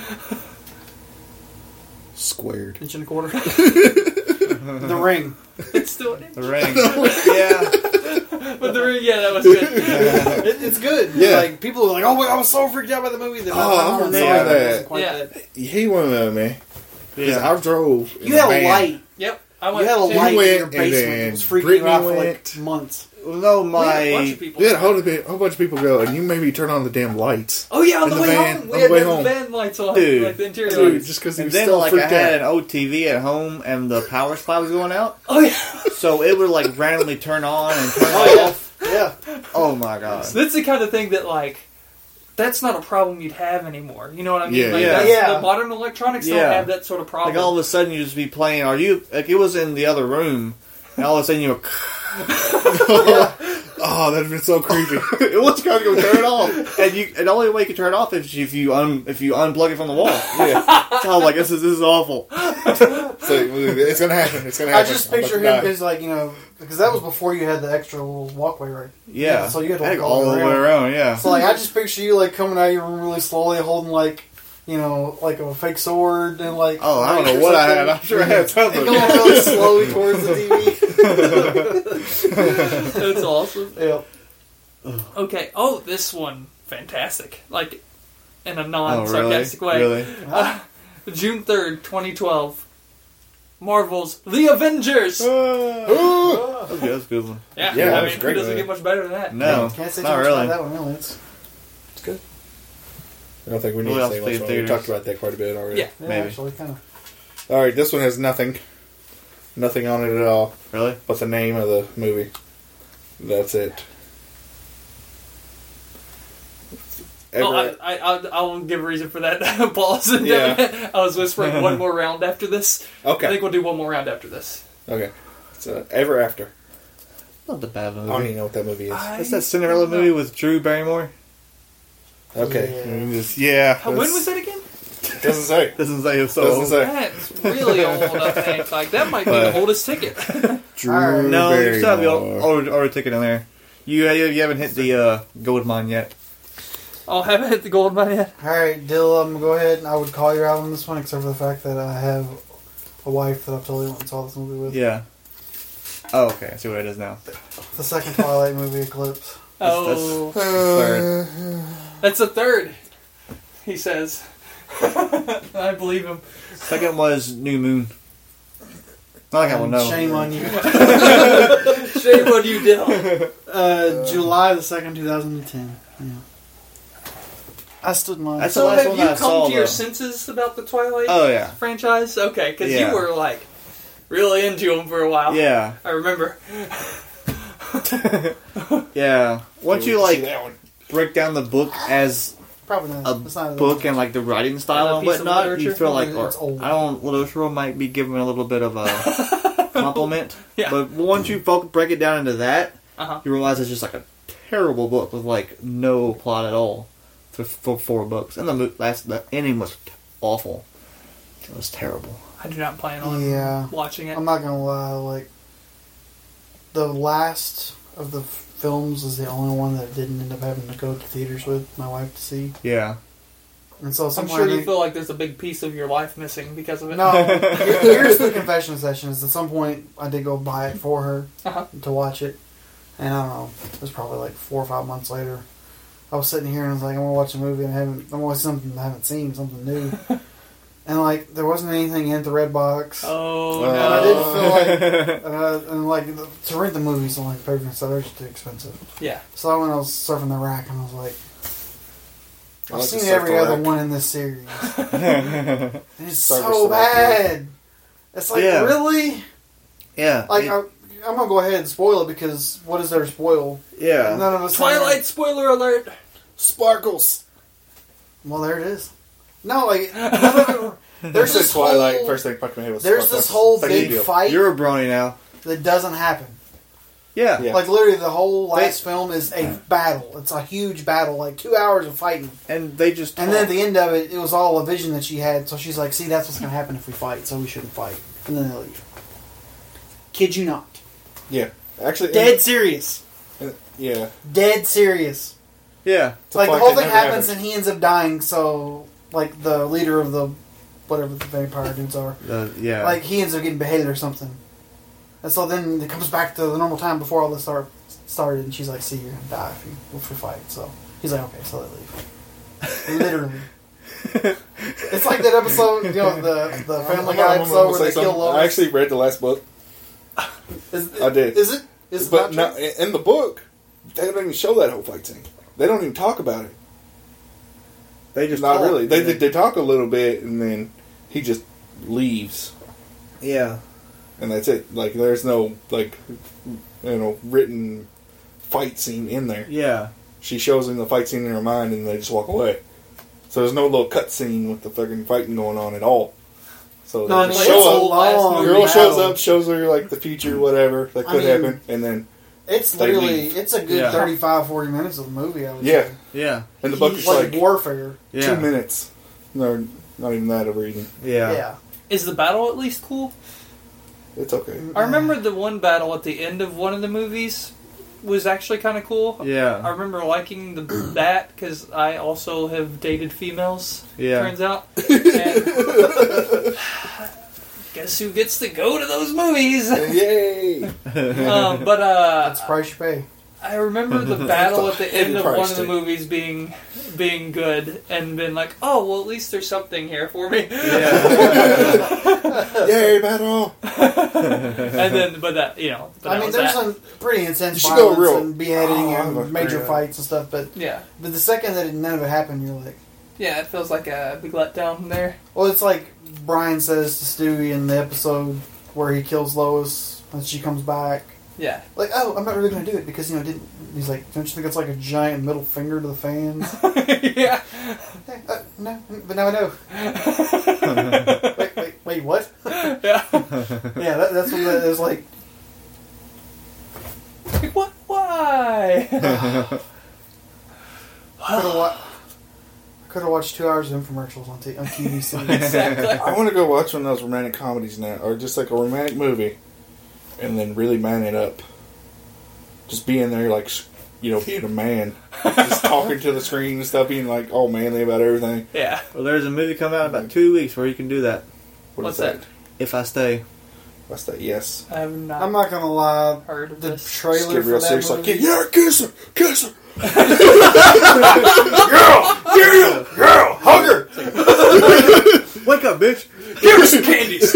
squared.
Inch and a quarter. [laughs] the ring.
It's still
[laughs] The ring. yeah.
but the ring, yeah, that was
[laughs]
good.
It, it's good.
Yeah.
Like, people are like, oh, I was so freaked out by the movie that by
Oh,
the time
I
I went and saw
remember
it, it
that.
wasn't quite
Yeah.
that.
You hate one of them, man. 'Cause
Yeah.
I drove. in
You had a
van.
light.
Yep. I
You
went
had a
to-
light
went,
in your
and
basement.
then
It was freaking
Brittany
you out for like
went.
[laughs]
months.
No,
We had a bunch
my
of people.
You had a whole, bit, whole bunch of people go, and you made me turn on the damn lights.
Oh yeah, on
In
the,
the
way
van,
home,
on
we
the
had
way
the
home.
van lights on,
Dude.
like the interior
Dude,
lights.
just because he
and
was
then
still
like I
freaked
had
out.
an old TV at home and the power supply was going out,
Oh yeah,
so it would like randomly turn on and turn
Oh,
off.
Yeah.
Oh my god.
that's the kind of thing that like. That's not a problem you'd have anymore. You know what I mean?
Yeah.
like,
Yeah.
That's,
Yeah.
The modern electronics
Yeah.
don't have that sort of problem. [laughs]
Like all of a sudden you just be playing. Are you like it was in the other room? And all of a sudden you,
Oh, that'd have been so creepy.
[laughs] it was going to turn it off, and you. And the only way you could turn it off is if you un, if you unplug it from the wall. [laughs]
yeah.
So I'm like, this is this is awful.
So it's gonna happen. It's gonna
I
happen.
just
I'm about
picture
to die.
him because, like, you know, because that was before you had the extra little walkway, right?
Yeah.
Yeah, so you had to
I
walk all
all
the
the
way
way around. Yeah.
So, like, I just picture you, like, coming out of your room really slowly, holding, like, you know, like a fake sword and, like,
Oh, I don't
knife [laughs]
know
or
what I
something,
had. I'm sure I [laughs] had
And
something.
going really slowly towards the
[laughs]
TV.
That's awesome.
Yeah.
Okay. Oh, this one fantastic. Like in a
Oh, really?
non-sarcastic way.
Really?
June third, twenty twelve. Marvel's The Avengers.
[laughs] That was good. That was a good one.
Yeah,
Oh.
I
Yeah, that
mean,
was
who
great.
doesn't get much better than that.
No,
Can't say too
Oh, not
much
really.
about that one, really. It's,
I don't think we need
Who
to
else
say
played
much more. We
theaters?
talked about that quite a bit already.
Yeah.
yeah,
Maybe.
actually, kind of.
All right, this one has nothing, nothing on it at all,
Really?
but the name of the movie. That's it.
Oh,
Everett-
I, I, I'll, I'll give a reason for that [laughs] pause.
Yeah.
I was
[laughs]
whispering one more round after this. I
okay,
think we'll do one more round after this.
okay. So ever after.
Not the bad
I don't
movie.
even know what that movie is.
Ah,
That's that Cinderella movie with Drew Barrymore.
okay,
Yeah.
How- when was that again?
doesn't say.
Doesn't say it's so.
Oh.
Doesn't say.
That's really old, I
[laughs]
think. Like, that might be
Uh,
the oldest ticket.
Drew
No, you still have the
Barrymore.
old, old, old ticket in there. You you, you haven't hit the uh, gold mine yet.
I'll have it at the gold mine yet.
All right, Dill, I'm going to go ahead and I would call you out on this one, except for the fact that I have a wife that I've totally went and saw this movie with.
Yeah. Oh, okay. I see what it is now.
The second Twilight
[laughs]
movie, Eclipse.
Oh,
That's third.
that's a third, he says. [laughs] I believe him.
Second was New Moon. Not like I will know.
Shame on
[laughs]
you.
Shame on you, Dill.
Uh, July the 2nd, 2010. Yeah. I stood mine.
That's the
So
last
have
one
you
that I
come
saw.
to your
though.
senses about the Twilight
Oh yeah.
franchise? Okay, because
Yeah.
you were, like, really into them for a while.
Yeah.
I remember.
Yeah.
oh,
Once you like
that one.
break down the book as
Probably not.
a
it's not
book and like the writing
Another
style and
piece of
whatnot, you
literature?
feel like
It's
or,
old.
I don't literature might be given a little bit of a
[laughs]
compliment.
Yeah.
But once you fo- break it down into that,
Uh-huh.
you realize it's just like a terrible book with like no plot at all for, for four books, and the mo- last the ending was t- awful. It was terrible.
I do not plan on
Yeah.
watching it.
I'm not gonna lie, like the last of the f- films is the only one that I didn't end up having to go to theaters with my wife to see,
Yeah.
and so
I'm
somewhere
sure
I
you
need-
feel like there's a big piece of your life missing because of it. [laughs]
No, here- here's the confession session. Is at some point I did go buy it for her
[laughs] Uh-huh.
to watch it, and I don't know. It was probably like four or five months later. I was sitting here and I was like, I'm gonna watch a movie and I haven't. I'm gonna watch something I haven't seen,
[laughs]
something new, and like there wasn't anything in the red box.
Oh
Uh,
And
no!
I didn't feel
[laughs]
like And, I, and like the, to rent the movies on like paper and stuff, they're just too expensive.
Yeah.
So when I was surfing the rack, and I was like,
I like
I've
to
seen
surf
every
the
other
rack.
one in
[laughs]
this series, and it's
Surf
so
the rack, yeah.
bad. It's like
Yeah.
really
yeah.
like uh,
it-
I, I'm gonna go ahead and spoil it because what is there to spoil?
yeah.
None of us.
Twilight spoiler alert.
Sparkles.
Well, there it is. No, like
[laughs]
none of it, there's this
Twilight.
whole
First thing that popped in my head was
there's
Sparkles.
this whole
Thank
big
you.
fight
You're a brony now.
that doesn't happen.
Yeah.
Yeah.
Like literally, the whole
They-
last film is a battle. It's a huge battle, like two hours of fighting.
And they just
And then at
talk.
the end of it, it was all a vision that she had. So she's like, "See, that's what's going to happen if we fight. So we shouldn't fight." And then they leave. Kid you not?
Yeah. Actually,
Dead serious.
and- yeah.
Dead serious.
yeah.
It's a
like the
fight
whole
that
thing
never
happens, and he ends up dying. So like the leader of the whatever the vampire dudes are,
The, yeah.
like he ends up getting beheaded or something. And so then it comes back to the normal time before all this start started, and she's like, "See, you're gonna die if you if we fight." So he's like, "Okay," so they leave.
[laughs]
Literally. it's like that episode, you know, the the Family Guy
I'm gonna
episode where
say
they kill
something. I
Lois.
actually read the last book,
Is,
I did.
Is it? Is it
but
not
not,
true?
in the book, they don't even show that whole fight scene. They don't even talk about it.
they just
Not
talk.
really. They, they they talk a little bit, and then he just leaves,
yeah.
and that's it. Like there's no like you know written fight scene in there.
Yeah.
She shows him the fight scene in her mind, and they just walk away. So there's no little cut scene with the fucking fighting going on at all. So
No, I
they
mean,
just
it's
show
a
up.
long
girl shows
battle.
up, shows her like the future, whatever that
I
could
mean-
happen, and then
It's
They
literally
leave.
it's a good
Yeah.
thirty five, forty 35, 40 minutes of the movie. I would
yeah,
say.
Yeah.
and the book
He's
is like,
warfare.
two
Yeah.
minutes, no, not even that of reading.
Yeah.
yeah.
Is the battle at least cool?
It's
[laughs]
okay.
I remember the one battle at the end of one of the movies was actually kind of cool. I
Yeah.
remember liking the, [clears throat] that because I also have dated females.
Yeah. [laughs]
Turns [laughs] out. And [sighs] guess who gets to go to those [laughs] movies?
Yay!
um, but uh,
That's the price you pay.
I remember the battle at the end of
Price
one of the
tag.
movies being being good and been like, oh well, at least there's something here for me.
[laughs]
Yeah.
Yay, battle!
[laughs] and then, but that you know, but that
I mean,
was
there's
that.
some pretty intense
You should go
violence
real-
and beheading
Oh, I'm
and
afraid
major
of-
fights and stuff, but
yeah,
but the second that it, none of it happened, you're like,
yeah, it feels like a big letdown there.
well, it's like Brian says to Stewie in the episode where he kills Lois and she comes back,
Yeah, [laughs]
like, oh, I'm not really going to do it because you know, I didn't. He's like, don't you think it's like a giant middle finger to the [laughs] fans?
yeah, [laughs]
hey, uh, no, but now I know. wait, wait, wait, what?
yeah.
yeah, that, that's what that is like.
Like, what? Why? [laughs]
Could have wa- could have watched two hours of infomercials on, t- on TV series.
exactly.
I want to go watch one of those romantic comedies now, or just like a romantic movie, and then really man it up. Just being there, like s- you know, being a man, just talking to the screen and stuff, being like all manly about everything.
Yeah.
well, there's a movie coming out in about two weeks where you can do that.
What
What's
is
that?
If I stay.
What's that? Yes.
I've not,
[laughs] I'm not gonna lie.
heard of
The
this.
Just
trailer
get
for
real
that
serious, like
movie.
yeah, kiss her, kiss
[laughs]
her. [laughs] girl, girl, girl, hug her.
Wake up, bitch!
Give her some candies.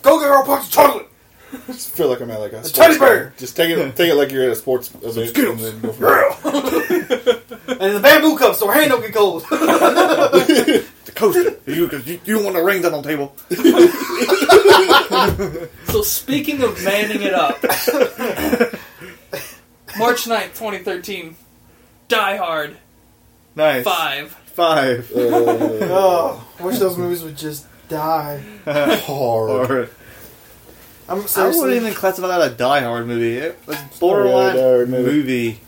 Go get her a box of chocolate. [laughs] Just feel like I'm at like a
teddy bear.
bar. Just take it, take it like you're at a sports event. and then go for it.
And the bamboo cup, so her hand don't get cold.
The coaster. you, 'cause you, you don't want the rings on the table.
So speaking of manning it up, March 9th, 2013, Die Hard
Nice.
5.
Five.
Uh,
oh, wish those movies would just die.
Hard.
Or- I
I'm
wouldn't
seriously.
even classify that a Die Hard movie. It was borderline
Die Hard movie.
movie.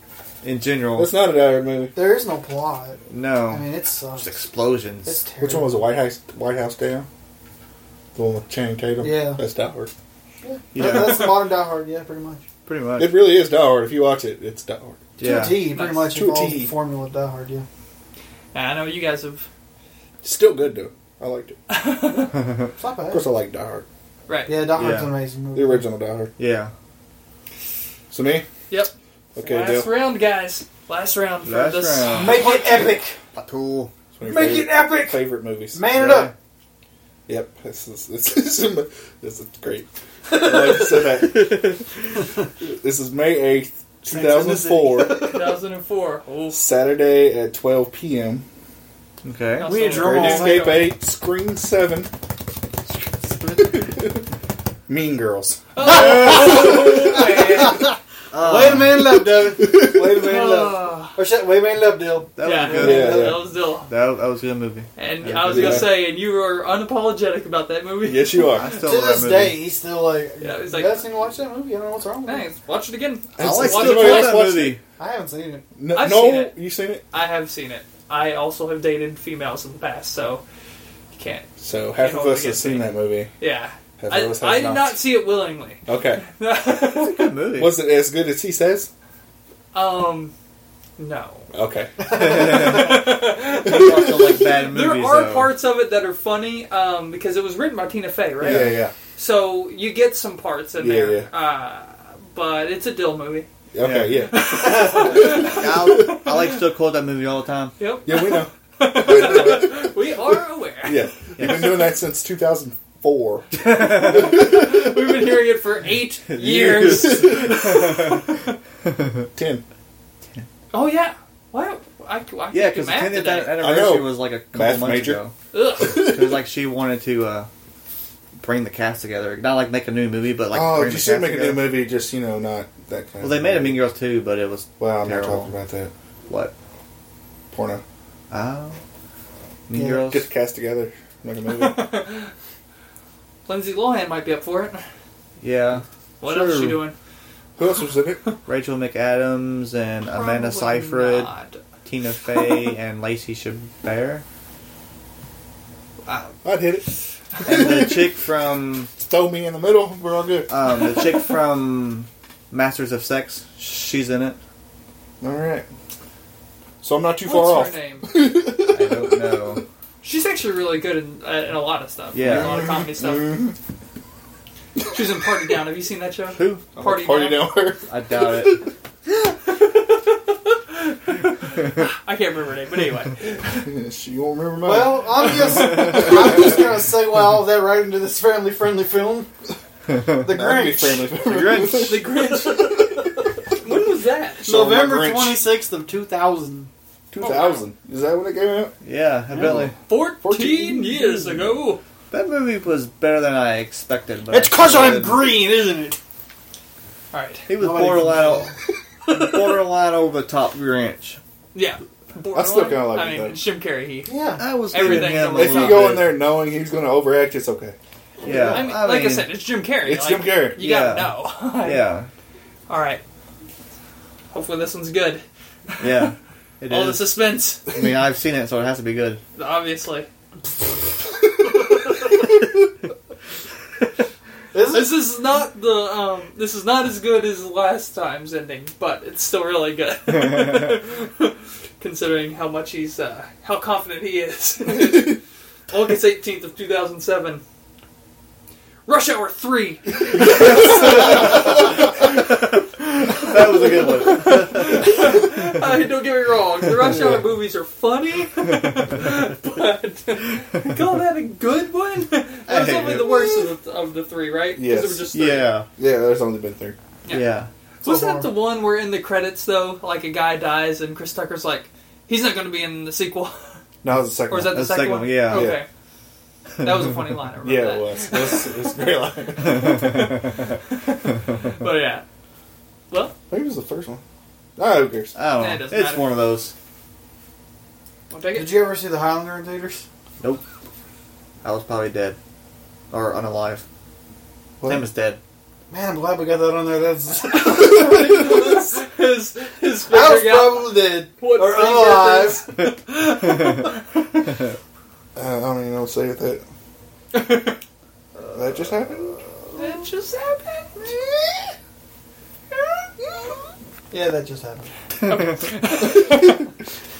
in general.
That's not a Die Hard movie.
there is no plot.
no,
I mean, it
just
sucks.
explosions.
It's terrible.
Which one was the White House? White House down. The one with Channing Tatum.
Yeah.
that's Die Hard.
Yeah.
yeah,
That's the modern Die Hard, yeah, pretty much.
pretty much.
It really is Die Hard. If you watch it, it's Die Hard.
Yeah.
yeah,
To a T, pretty much.
To a
To
T.
The formula of Die Hard, yeah.
I know you guys have.
Still good though. I liked it.
It's not
Of
bad.
course, I like Die Hard.
Right.
Yeah, Die Hard's
Yeah.
an amazing movie.
The original Die Hard.
yeah.
So me.
Yep.
Okay,
Last
Dale.
round, guys. Last round for
Last
this. [laughs]
round.
Make it epic!
Cool.
It's one of your
Make it
favorite-
epic!
Favorite movies.
Man it up!
Yep, [laughs] this is this is, [laughs] this is great. I like to say that. This is May eighth, two thousand four,
[laughs]
[laughs]
2004. Oh,
Saturday at twelve p.m.
Okay.
We need drum
Great
roll.
Escape eight, Screen seven, Mean Girls. [laughs]
man.
Oh,
Wait a minute left, Doug. Wait a minute left. Or shit, wait a minute left, Dill.
That
Oh. yeah,
was good.
Yeah, yeah.
that was Dylan.
That, that was a good movie.
And
Yeah,
I was gonna
yeah.
say, and you were unapologetic about that movie. [laughs]
[laughs] Yes, you
I
are.
still
To
love that
this
movie.
day, he's still like,
Yeah, he's
you
like-
guys need to watch that movie. I don't know what's wrong with it.
Thanks. Watch it again.
I
I
like
like
still
still
watched
love that
that
movie.
I haven't seen
[laughs]
it.
No,
I've
no,
seen it.
you seen it?
I have seen it. I also have dated females in the past, so you can't.
So half
You
of
know,
us
we
have
get
seen
seen.
that movie.
Yeah,
Half
I,
of us have
I did not see it willingly. [laughs]
Okay.
Good movie.
Was it as good as he says?
um, no.
Okay.
It's also like bad movies?
There are
though.
parts of it that are funny um, because it was written by Tina Fey, right?
Yeah, yeah.
So you get some parts in
Yeah,
there, Uh, but it's a Dill movie.
Okay, yeah. Yeah,
I, I like still quote that movie all the time.
Yep,
we know.
we are aware.
Yeah. You've been doing that since 2004.
We've been hearing it for eight
[laughs]
years.
10.
oh yeah. What? I, I can't
Yeah,
do
because the
math
10th
today.
I
anniversary
know.
was like a couple
Math
months
major.
ago.
Ugh.
Because like she wanted to uh, bring the cast together, not like make a new movie, but like
oh,
bring
you
the
should
cast
make a new
together.
movie, just, you know, not that kind
Well,
of
they made a Mean
movie.
Girls too, but it was
Well, I'm not
Terrible.
talking about that.
what?
Porno.
Oh, Mean
Yeah.
Girls.
Get the cast together. Make a movie. [laughs]
Lindsay Lohan might be up for it.
Yeah,
What else is she
Sure.
doing?
Who else was in it?
Rachel McAdams and
Probably
Amanda Seyfried,
not.
Tina Fey, and Lacey Chabert,
I'd hit it.
and the chick from
Throw me in the middle. We're all good.
um, the chick from Masters of Sex. She's in it.
All right. So I'm not too far
What's
off.
her name?
I don't know.
She's actually really good in, uh, in a lot of stuff.
Yeah.
a lot of comedy stuff.
Mhm.
She's in Party Down. Have you seen that show?
Who?
Party,
Party
Down.
down her.
I doubt it.
I can't remember her name, but anyway, [laughs]
[laughs]
[laughs]
She won't remember mine. [laughs]
Well, I'm just, I'm just gonna segue all of that right into this family-friendly film, The
That'd be
Grinch.
family. [laughs]
The Grinch. [laughs] when was that?
So
November
Grinch.
twenty sixth of two thousand.
2000. Is that when it came out?
Yeah, evidently.
Fourteen,
14
years ago.
That movie was better than I expected. But
It's
I
cause I'm
did.
green, isn't it?
All right.
He was
Nobody-
[laughs]
borderline, borderline over the top Grinch.
Yeah.
I still kinda like
I mean,
it, though.
it's Jim Carrey. He.
Yeah,
I was
Everything's
giving him
over
a
the
If
little
you go in
bit.
there knowing he's going to overact, it's okay.
yeah,
I mean, like I said, it's Jim Carrey.
It's
like,
Jim Carrey.
You
Yeah.
gotta know. [laughs]
yeah,
All right. Hopefully this one's good.
yeah. It
All
is.
the suspense,
I mean, I've seen it, so it has to
[laughs]
be good. [laughs]
obviously.
Is
[laughs]
it?
This is not the um. This is not as good as last time's ending, but it's still really good,
[laughs]
considering how much he's uh, how confident he is. August eighteenth of two thousand seven. Rush Hour three.
That was a good one.
I don't get me wrong. The Rush Hour movies are funny, [laughs] but call that a good one. That was
hate
only
it.
the worst of the, of the three, right? 'Cause
Yes.
There were just three.
Yeah,
[laughs] Yeah, there's only been three.
Yeah.
yeah.
Wasn't
far.
that the one where in the credits though, like a guy dies and Chris Tucker's like, he's not going to be in the sequel, [laughs]
No, that was the second
or is that
one.
the,
That's the
second,
second
one?
one, yeah.
Okay. That was a funny line. I remember
Yeah,
that.
it was. It was, it was a great line. I think
But yeah, well,
it was the first one. Oh, who cares?
[laughs] I
Nah, it
don't know. It's
doesn't matter.
one of those.
I'll take
Did
[laughs]
it.
you ever see The Highlander in theaters?
Nope. I was probably dead or unalive.
What?
Tim is dead.
Man, I'm glad we got that on there. That's I
his
was
his figuring out
probably dead
what
or
finger
alive.
is.
Uh, I don't even know what to say with that.
[laughs]
that just happened?
That just happened.
Yeah, that just happened.